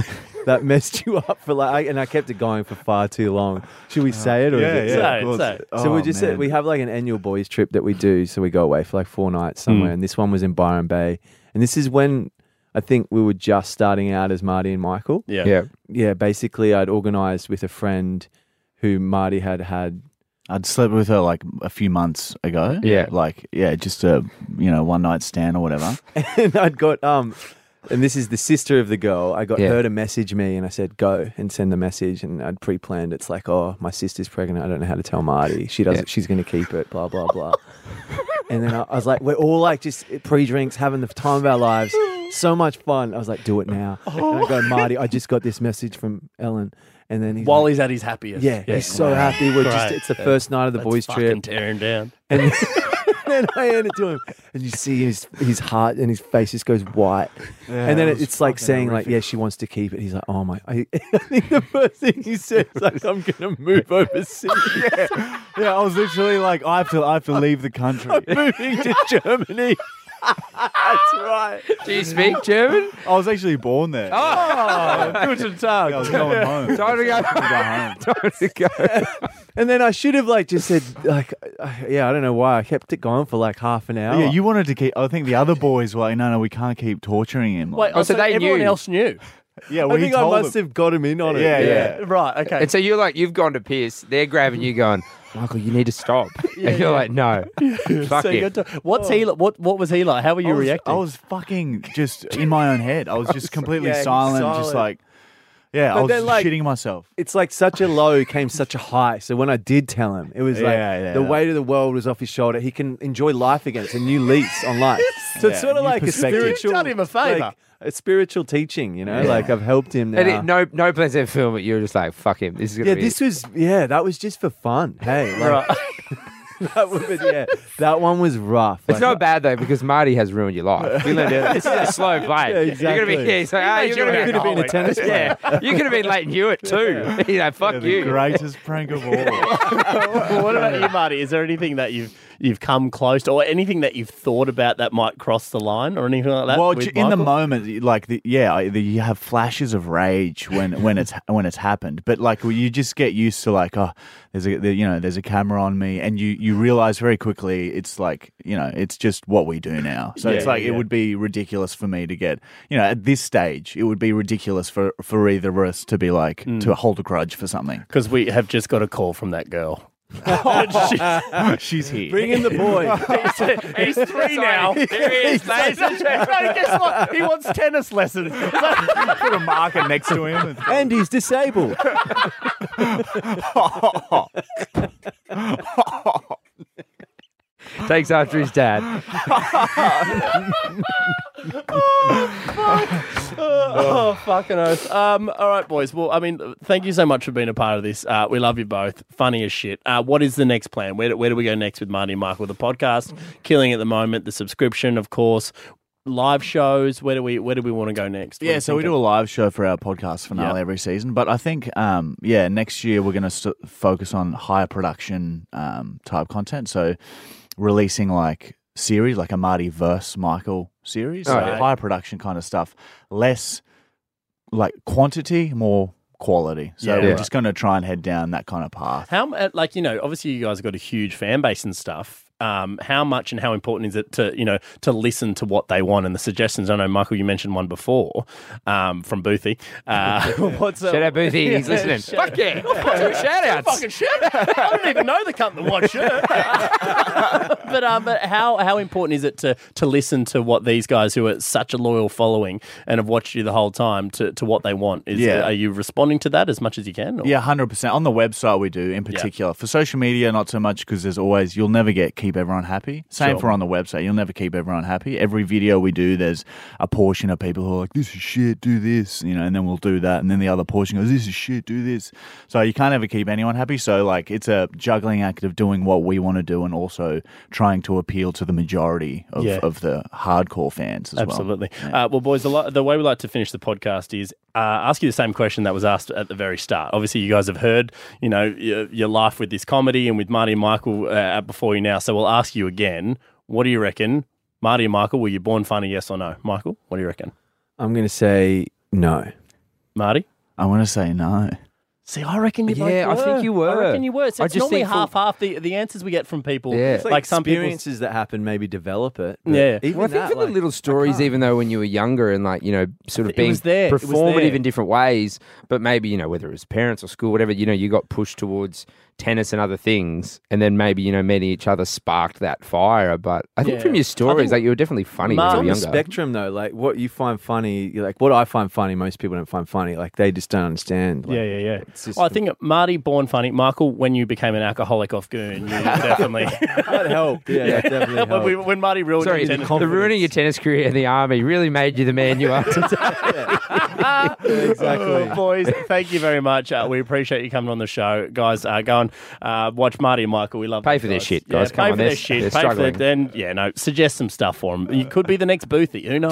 Speaker 1: that messed you up for like, I, and I kept it going for far too long. Should
Speaker 2: Uh,
Speaker 1: we say it or
Speaker 6: Yeah,
Speaker 1: is it?
Speaker 6: yeah.
Speaker 2: So-
Speaker 6: of course.
Speaker 2: so-
Speaker 1: So we
Speaker 6: Oh,
Speaker 1: just
Speaker 6: man.
Speaker 1: we have like an annual boys trip that we do. So we go away for like four nights
Speaker 6: Hmm.
Speaker 1: somewhere, and this one was in Byron Bay. And this is when I think we were just starting out as Marty and Michael.
Speaker 2: Yeah,
Speaker 3: yeah.
Speaker 1: Yeah, basically, I'd organised with a friend who Marty had had.
Speaker 6: I'd slept with her like a few months ago.
Speaker 3: Yeah.
Speaker 6: Like, yeah, just a, you know, one night stand or whatever.
Speaker 1: And I'd got um, and this is the sister of the girl. I got
Speaker 3: Yeah.
Speaker 1: her to message me, and I said go and send the message. And I'd pre-planned. It's like, oh, my sister's pregnant. I don't know how to tell Marty. She doesn't.
Speaker 3: Yeah.
Speaker 1: She's going to keep it. Blah blah blah. and then I, I was like, we're all like just pre-drinks, having the time of our lives. so much fun. I was like, do it now. And I go,
Speaker 3: Oh.
Speaker 1: Marty, I just got this message from Ellen. And then he's
Speaker 2: While
Speaker 1: like,
Speaker 2: he's at his happiest.
Speaker 1: yeah, he's so happy. We're just,
Speaker 2: Great.
Speaker 1: it's the first night of the
Speaker 2: Let's
Speaker 1: boys'
Speaker 2: fucking
Speaker 1: trip.
Speaker 2: tear him down.
Speaker 1: And then I hand it to him, and you see his his heart and his face just goes white. and then
Speaker 6: it
Speaker 1: it,
Speaker 6: was
Speaker 1: it's like
Speaker 6: fucking
Speaker 1: saying like, yeah, she wants to keep it. He's like, oh my. I, I think the first thing he said is like, I'm gonna move overseas.
Speaker 6: Yeah, I was literally like, I have to, I have to leave the country.
Speaker 1: moving to Germany. That's right.
Speaker 3: Do you speak German?
Speaker 6: I was actually born there.
Speaker 2: Guten Tag.
Speaker 6: I was going home.
Speaker 3: Time to go.
Speaker 6: I had to go
Speaker 3: Time
Speaker 6: home.
Speaker 3: to go.
Speaker 1: And then I should have like just said like, uh, yeah, I don't know why I kept it going for like half an hour.
Speaker 6: Yeah, you wanted to keep. I think the other boys were like, no, no, we can't keep torturing him.
Speaker 2: Wait,
Speaker 6: Like,
Speaker 2: oh,
Speaker 3: so
Speaker 2: so
Speaker 3: they
Speaker 2: everyone
Speaker 3: knew.
Speaker 2: else knew.
Speaker 6: yeah,
Speaker 1: I
Speaker 6: we
Speaker 1: think I
Speaker 6: told
Speaker 1: must
Speaker 6: them.
Speaker 1: have got him in on it.
Speaker 6: Yeah, yeah.
Speaker 2: Right, okay.
Speaker 3: And so you're like, you've gone to Pierce. They're grabbing you, going, Michael, you need to stop. and you're like, no, fuck
Speaker 2: So
Speaker 3: it.
Speaker 2: you're t- what's he? li- What What was he like? How were you
Speaker 6: I was,
Speaker 2: reacting?
Speaker 6: I was fucking just in my own head. I was just completely
Speaker 1: yeah,
Speaker 6: silent, just
Speaker 1: solid.
Speaker 6: like, yeah, I
Speaker 1: But
Speaker 6: was
Speaker 1: then, like-
Speaker 6: shitting myself.
Speaker 1: It's like such a low came such a high. So when I did tell him, it was like
Speaker 6: Yeah, yeah,
Speaker 1: the
Speaker 6: yeah.
Speaker 1: weight of the world was off his shoulder. He can enjoy life again. It's a new lease on life. So it's
Speaker 6: Yeah,
Speaker 1: sort of
Speaker 6: new
Speaker 1: like a
Speaker 6: perspective. You've
Speaker 1: spiritual.
Speaker 2: done him a favour.
Speaker 1: like, a spiritual teaching, you know. Like I've helped him now.
Speaker 3: And it, no, no plans to film it. You're just like, fuck him. This is gonna
Speaker 1: yeah,
Speaker 3: be.
Speaker 1: this was yeah. That was just for fun. Hey, like, that was, yeah. That one was rough.
Speaker 3: it's not bad though because Marty has ruined your life. You learned it. This is a slow play. You're gonna be.
Speaker 1: exactly.
Speaker 3: Yeah, he's like, ah, you're gonna be.
Speaker 1: could have been a tennis player.
Speaker 3: Yeah, you could have been Leighton Hewitt too. you know, fuck
Speaker 6: Yeah, the
Speaker 3: you.
Speaker 6: greatest prank of all.
Speaker 2: Well, what about you, Marty? Is there anything that you've you've come close to, or anything that you've thought about that might cross the line, or anything like that?
Speaker 6: Well,
Speaker 2: with
Speaker 6: j- in the
Speaker 2: Michael?
Speaker 6: moment, y- like the, yeah, I- the, you have flashes of rage when when it's when it's happened, but like well, you just get used to like oh, there's a there, you know there's a camera on me, and you you realize very quickly it's like you know it's just what we do now. So it's
Speaker 2: Yeah,
Speaker 6: like
Speaker 2: yeah.
Speaker 6: it would be ridiculous for me to get you know at this stage it would be ridiculous for for either of us to be like
Speaker 2: Mm.
Speaker 6: to hold a grudge for something.
Speaker 2: because we have just got a call from that girl. Oh,
Speaker 6: She's here.
Speaker 1: Bring in the boy.
Speaker 2: He's three now.
Speaker 3: There he is, ladies and
Speaker 2: guess what? He wants tennis lessons.
Speaker 6: Put a marker next to him.
Speaker 1: and he's disabled.
Speaker 3: Takes after his dad.
Speaker 2: oh, fucking oath. Um, all right, boys. Well, I mean, thank you so much for being a part of this. Uh, we love you both. Funny as shit. Uh, what is the next plan? Where do, where do we go next with Marty and Michael? The podcast, killing at the moment. The subscription, of course. Live shows. Where do we where do we want to go next? What are
Speaker 6: Yeah,
Speaker 2: you
Speaker 6: so we
Speaker 2: thinking?
Speaker 6: do a live show for our podcast finale
Speaker 2: Yeah.
Speaker 6: every season, but I think, um, yeah, next year we're going to st- focus on higher production um, type content. So releasing like series, like a Marty verse Michael series,
Speaker 2: Oh,
Speaker 6: so
Speaker 3: Okay.
Speaker 6: higher production kind of stuff, less like quantity, more quality. So
Speaker 2: Yeah.
Speaker 6: we're
Speaker 2: Yeah.
Speaker 6: just going to try and head down that kind of path.
Speaker 2: How m- uh, like you know, obviously you guys have got a huge fan base and stuff. Um, how much and how important is it to you know to listen to what they want and the suggestions? I know Michael, you mentioned one before um, from Boothie. Uh, what's uh,
Speaker 3: Shout out Boothie. He's listening. Fuck yeah. Two shout outs.
Speaker 2: Fucking shit! I don't even know the company that wants shirt. but um, but how how important is it to to listen to what these guys who are such a loyal following and have watched you the whole time to, to what they want? Is
Speaker 6: Yeah.
Speaker 2: are you responding to that as much as you can? or-
Speaker 6: Yeah, hundred percent. On the website, we do in particular for social media, not so much because there's always you'll never get keep everyone happy. Same
Speaker 2: Sure.
Speaker 6: for on the website, you'll never keep everyone happy. Every video we do, there's a portion of people who are like, "This is shit, do this," you know, and then we'll do that, and then the other portion goes, "This is shit, do this." So you can't ever keep anyone happy. So like, it's a juggling act of doing what we want to do and also trying to appeal to the majority of,
Speaker 2: Yeah.
Speaker 6: of the hardcore fans as well.
Speaker 2: Absolutely. Uh, well, boys, the, lo- the way we like to finish the podcast is uh, ask you the same question that was asked at the very start. Obviously, you guys have heard, you know, your, your life with this comedy and with Marty and Michael uh, out before you now. So we'll ask you again. What do you reckon, Marty and Michael? Were you born funny? Yes or no, Michael? What do you reckon,
Speaker 1: I'm gonna say no.
Speaker 2: Marty?
Speaker 6: I want to say no.
Speaker 2: See, I reckon you. both
Speaker 3: Yeah, I think
Speaker 2: were.
Speaker 3: you were.
Speaker 2: I reckon you were. So
Speaker 3: I
Speaker 2: it's
Speaker 3: just
Speaker 2: normally
Speaker 3: think for-
Speaker 2: half half the, the answers we get from people.
Speaker 3: Yeah. It's
Speaker 1: It's like,
Speaker 2: like some people.
Speaker 1: experiences that happen maybe develop it. but
Speaker 2: Yeah.
Speaker 1: even
Speaker 3: Well, I think
Speaker 1: that,
Speaker 3: for
Speaker 1: like-
Speaker 3: the little stories, even though when you were younger and like you know, sort of
Speaker 2: It
Speaker 3: being
Speaker 2: was there. It was
Speaker 3: performative
Speaker 2: there.
Speaker 3: in different ways, but maybe you know whether it was parents or school, whatever, you know, you got pushed towards tennis and other things, and then maybe you know meeting each other sparked that fire. But I think
Speaker 2: Yeah.
Speaker 3: from
Speaker 2: I
Speaker 3: your stories,
Speaker 2: think-
Speaker 3: like you were definitely funny
Speaker 2: Mark-
Speaker 3: when you
Speaker 2: I'm
Speaker 3: were
Speaker 1: on the
Speaker 3: younger.
Speaker 1: spectrum though, like what you find funny, you're like what I find funny, most people don't find funny. Like they just don't understand. Like,
Speaker 2: Yeah, yeah, yeah.
Speaker 1: It's just,
Speaker 2: Well, I think Marty born funny. Michael, when you became an alcoholic off goon, you definitely.
Speaker 1: that helped. Yeah, that definitely
Speaker 2: when, we,
Speaker 1: helped.
Speaker 2: when Marty ruined
Speaker 3: Sorry,
Speaker 2: your
Speaker 3: the,
Speaker 2: tennis-
Speaker 3: ruining your tennis career in the army really made you the man you are today.
Speaker 1: exactly.
Speaker 2: Oh, boys, thank you very much. Uh, we appreciate you coming on the show, guys. Uh, go and uh, watch Marty and Michael. We love
Speaker 3: Pay
Speaker 2: those
Speaker 3: for their
Speaker 2: guys.
Speaker 3: shit,
Speaker 2: Yeah,
Speaker 3: guys. Come
Speaker 2: pay
Speaker 3: on,
Speaker 2: for their
Speaker 3: they're-
Speaker 2: shit.
Speaker 3: they're
Speaker 2: pay
Speaker 3: struggling.
Speaker 2: for their, then yeah, no. Suggest some stuff for them. You could be the next Boothie. Who knows?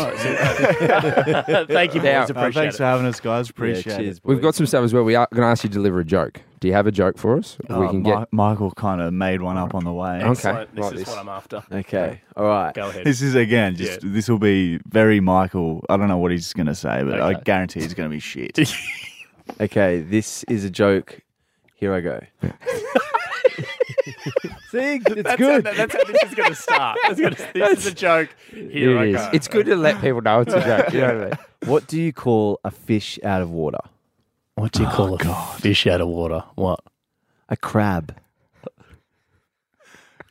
Speaker 2: thank you,
Speaker 3: Yeah.
Speaker 2: boys.
Speaker 6: Uh,
Speaker 2: Appreciate
Speaker 6: thanks
Speaker 2: it.
Speaker 6: for having us, guys. Appreciate
Speaker 1: yeah,
Speaker 6: it.
Speaker 1: cheers,
Speaker 3: We've
Speaker 1: boys.
Speaker 3: got some stuff as well. We are going to ask you to deliver a joke. Do you have a joke for us? we
Speaker 2: Oh,
Speaker 6: Uh,
Speaker 3: can
Speaker 6: Mi-
Speaker 3: get.
Speaker 6: Michael kind of made one up on the way.
Speaker 3: Okay,
Speaker 2: Right, this
Speaker 3: like
Speaker 2: is
Speaker 3: this.
Speaker 2: what I'm after.
Speaker 1: Okay. All right.
Speaker 2: Go ahead.
Speaker 6: This is again just this will be very Michael. I don't know what he's gonna say, but I
Speaker 2: Okay.
Speaker 6: guarantee he's gonna be shit.
Speaker 1: Okay, this is a joke. Here I go. See, it's good.
Speaker 2: That- that's how this is going to start. That's gonna, this is a joke. Here
Speaker 3: It
Speaker 2: I
Speaker 3: is.
Speaker 2: go.
Speaker 3: It's good to let people know it's a joke. You know what I mean?
Speaker 1: What do you call a fish out of water?
Speaker 2: What
Speaker 3: Oh,
Speaker 2: do you call a fish out of water? What?
Speaker 1: A crab.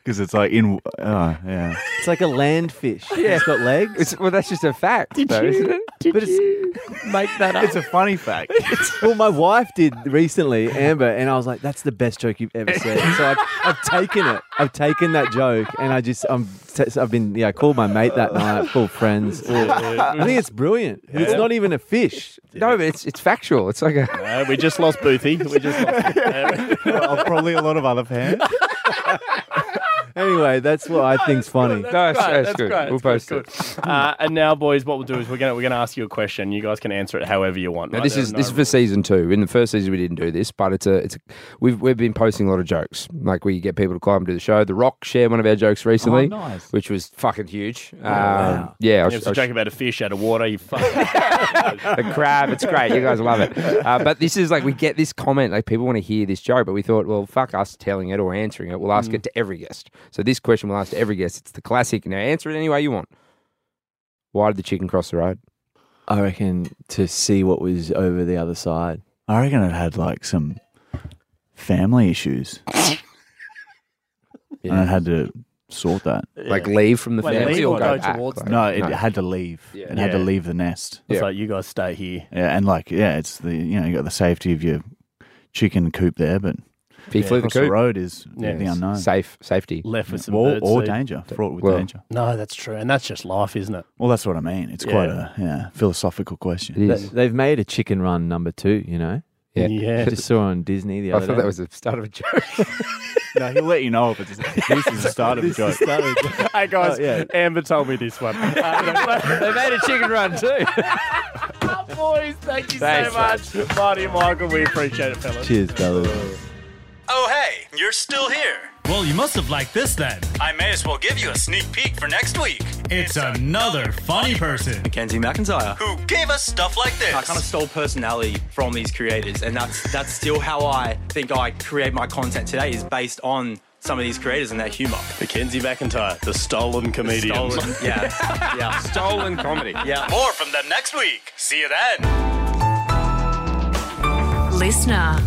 Speaker 6: Because it's like in uh, yeah.
Speaker 1: It's like a land fish. It's got legs.
Speaker 3: It's, well, that's just a fact, though, isn't it?
Speaker 1: but it's,
Speaker 2: Make that up.
Speaker 6: It's a funny fact.
Speaker 1: well, my wife did recently, Amber, and I was like, "That's the best joke you've ever said." So I've, I've taken it. I've taken that joke, and I just I'm t- I've been yeah. I called my mate that night. Called friends. I think it's brilliant. And It's not even a fish.
Speaker 3: No, but it's it's factual. It's like a
Speaker 2: Uh, we just lost Boothie. We just lost
Speaker 6: Of probably a lot of other fans.
Speaker 1: Anyway, that's what I think's funny.
Speaker 3: no. It's, it's
Speaker 2: That's
Speaker 3: good.
Speaker 2: great.
Speaker 3: We'll
Speaker 2: That's
Speaker 3: post
Speaker 2: good.
Speaker 3: it.
Speaker 2: That's good. Uh, and now, boys, what we'll do is we're gonna we're gonna ask you a question. You guys can answer it however you want.
Speaker 3: Now
Speaker 2: right?
Speaker 3: this
Speaker 2: There
Speaker 3: is
Speaker 2: are no
Speaker 3: this is for season two. In the first season, we didn't do this, but it's a it's a, we've we've been posting a lot of jokes. Like we get people to climb to the show. The Rock shared one of our jokes recently,
Speaker 2: Oh,
Speaker 6: nice.
Speaker 3: which was fucking huge. Um, Yeah, I
Speaker 2: rules.
Speaker 3: was-
Speaker 2: It was
Speaker 3: I
Speaker 2: a
Speaker 3: was-
Speaker 2: joke about a fish out of water. You fucking
Speaker 3: the crab. It's great. You guys love it. Uh, but this is like we get this comment, like people want to hear this joke, but we thought, well, fuck us telling it or answering it. We'll ask it to every guest. So this question we'll ask to every guest. It's the classic. Now answer it any way you want. Why did the chicken cross the road?
Speaker 1: I reckon to see what was over the other side.
Speaker 6: I reckon it had like some family issues, and
Speaker 3: Yeah.
Speaker 6: it had to sort that.
Speaker 3: Like leave from the
Speaker 2: Wait,
Speaker 3: family
Speaker 2: leave
Speaker 3: or
Speaker 2: or
Speaker 3: go,
Speaker 2: go
Speaker 3: back?
Speaker 2: towards
Speaker 3: Like,
Speaker 6: No, it had to leave. It had to
Speaker 2: Yeah.
Speaker 6: leave the nest.
Speaker 3: Yeah.
Speaker 2: It's like you guys stay here.
Speaker 6: Yeah, and like yeah, it's the you know you got the safety of your chicken coop there, but
Speaker 3: He flew the
Speaker 6: across the
Speaker 3: coop.
Speaker 6: road is the unknown.
Speaker 3: Safe safety.
Speaker 2: Left with some
Speaker 6: Or,
Speaker 2: bird
Speaker 6: or
Speaker 2: seed.
Speaker 6: danger, fraught with
Speaker 3: Well-
Speaker 6: danger.
Speaker 2: No, that's true, and that's just life, isn't it?
Speaker 6: Well, that's what I mean. It's quite a yeah, philosophical question.
Speaker 3: It
Speaker 1: They-
Speaker 3: is.
Speaker 1: They've made a chicken run number two. You know,
Speaker 3: Yeah.
Speaker 2: Yeah.
Speaker 1: I just saw on Disney the
Speaker 3: I
Speaker 1: other
Speaker 3: thought
Speaker 1: day.
Speaker 3: that was the start of a joke.
Speaker 6: No, he'll let you know if it's this is the start of a joke.
Speaker 2: hey guys,
Speaker 1: Oh, yeah.
Speaker 2: Amber told me this one. Uh,
Speaker 3: they made a chicken run too.
Speaker 2: boys, thank you
Speaker 3: Thanks,
Speaker 2: so much, Marty and Michael. We appreciate it, fellas.
Speaker 1: Cheers, fellas.
Speaker 8: Oh, hey, you're still here.
Speaker 9: Well, you must have liked this then.
Speaker 8: I may as well give you a sneak peek for next week.
Speaker 9: It's another funny person.
Speaker 8: Mackenzie McIntyre, who gave us stuff like this.
Speaker 10: I kind of stole personality from these creators, and that's that's still how I think I create my content today is based on some of these creators and their humor.
Speaker 2: Mackenzie McIntyre, the stolen comedian.
Speaker 10: Stolen, yeah, yeah.
Speaker 3: Stolen comedy.
Speaker 10: yeah.
Speaker 8: More from them next week. See you then.
Speaker 11: Listener.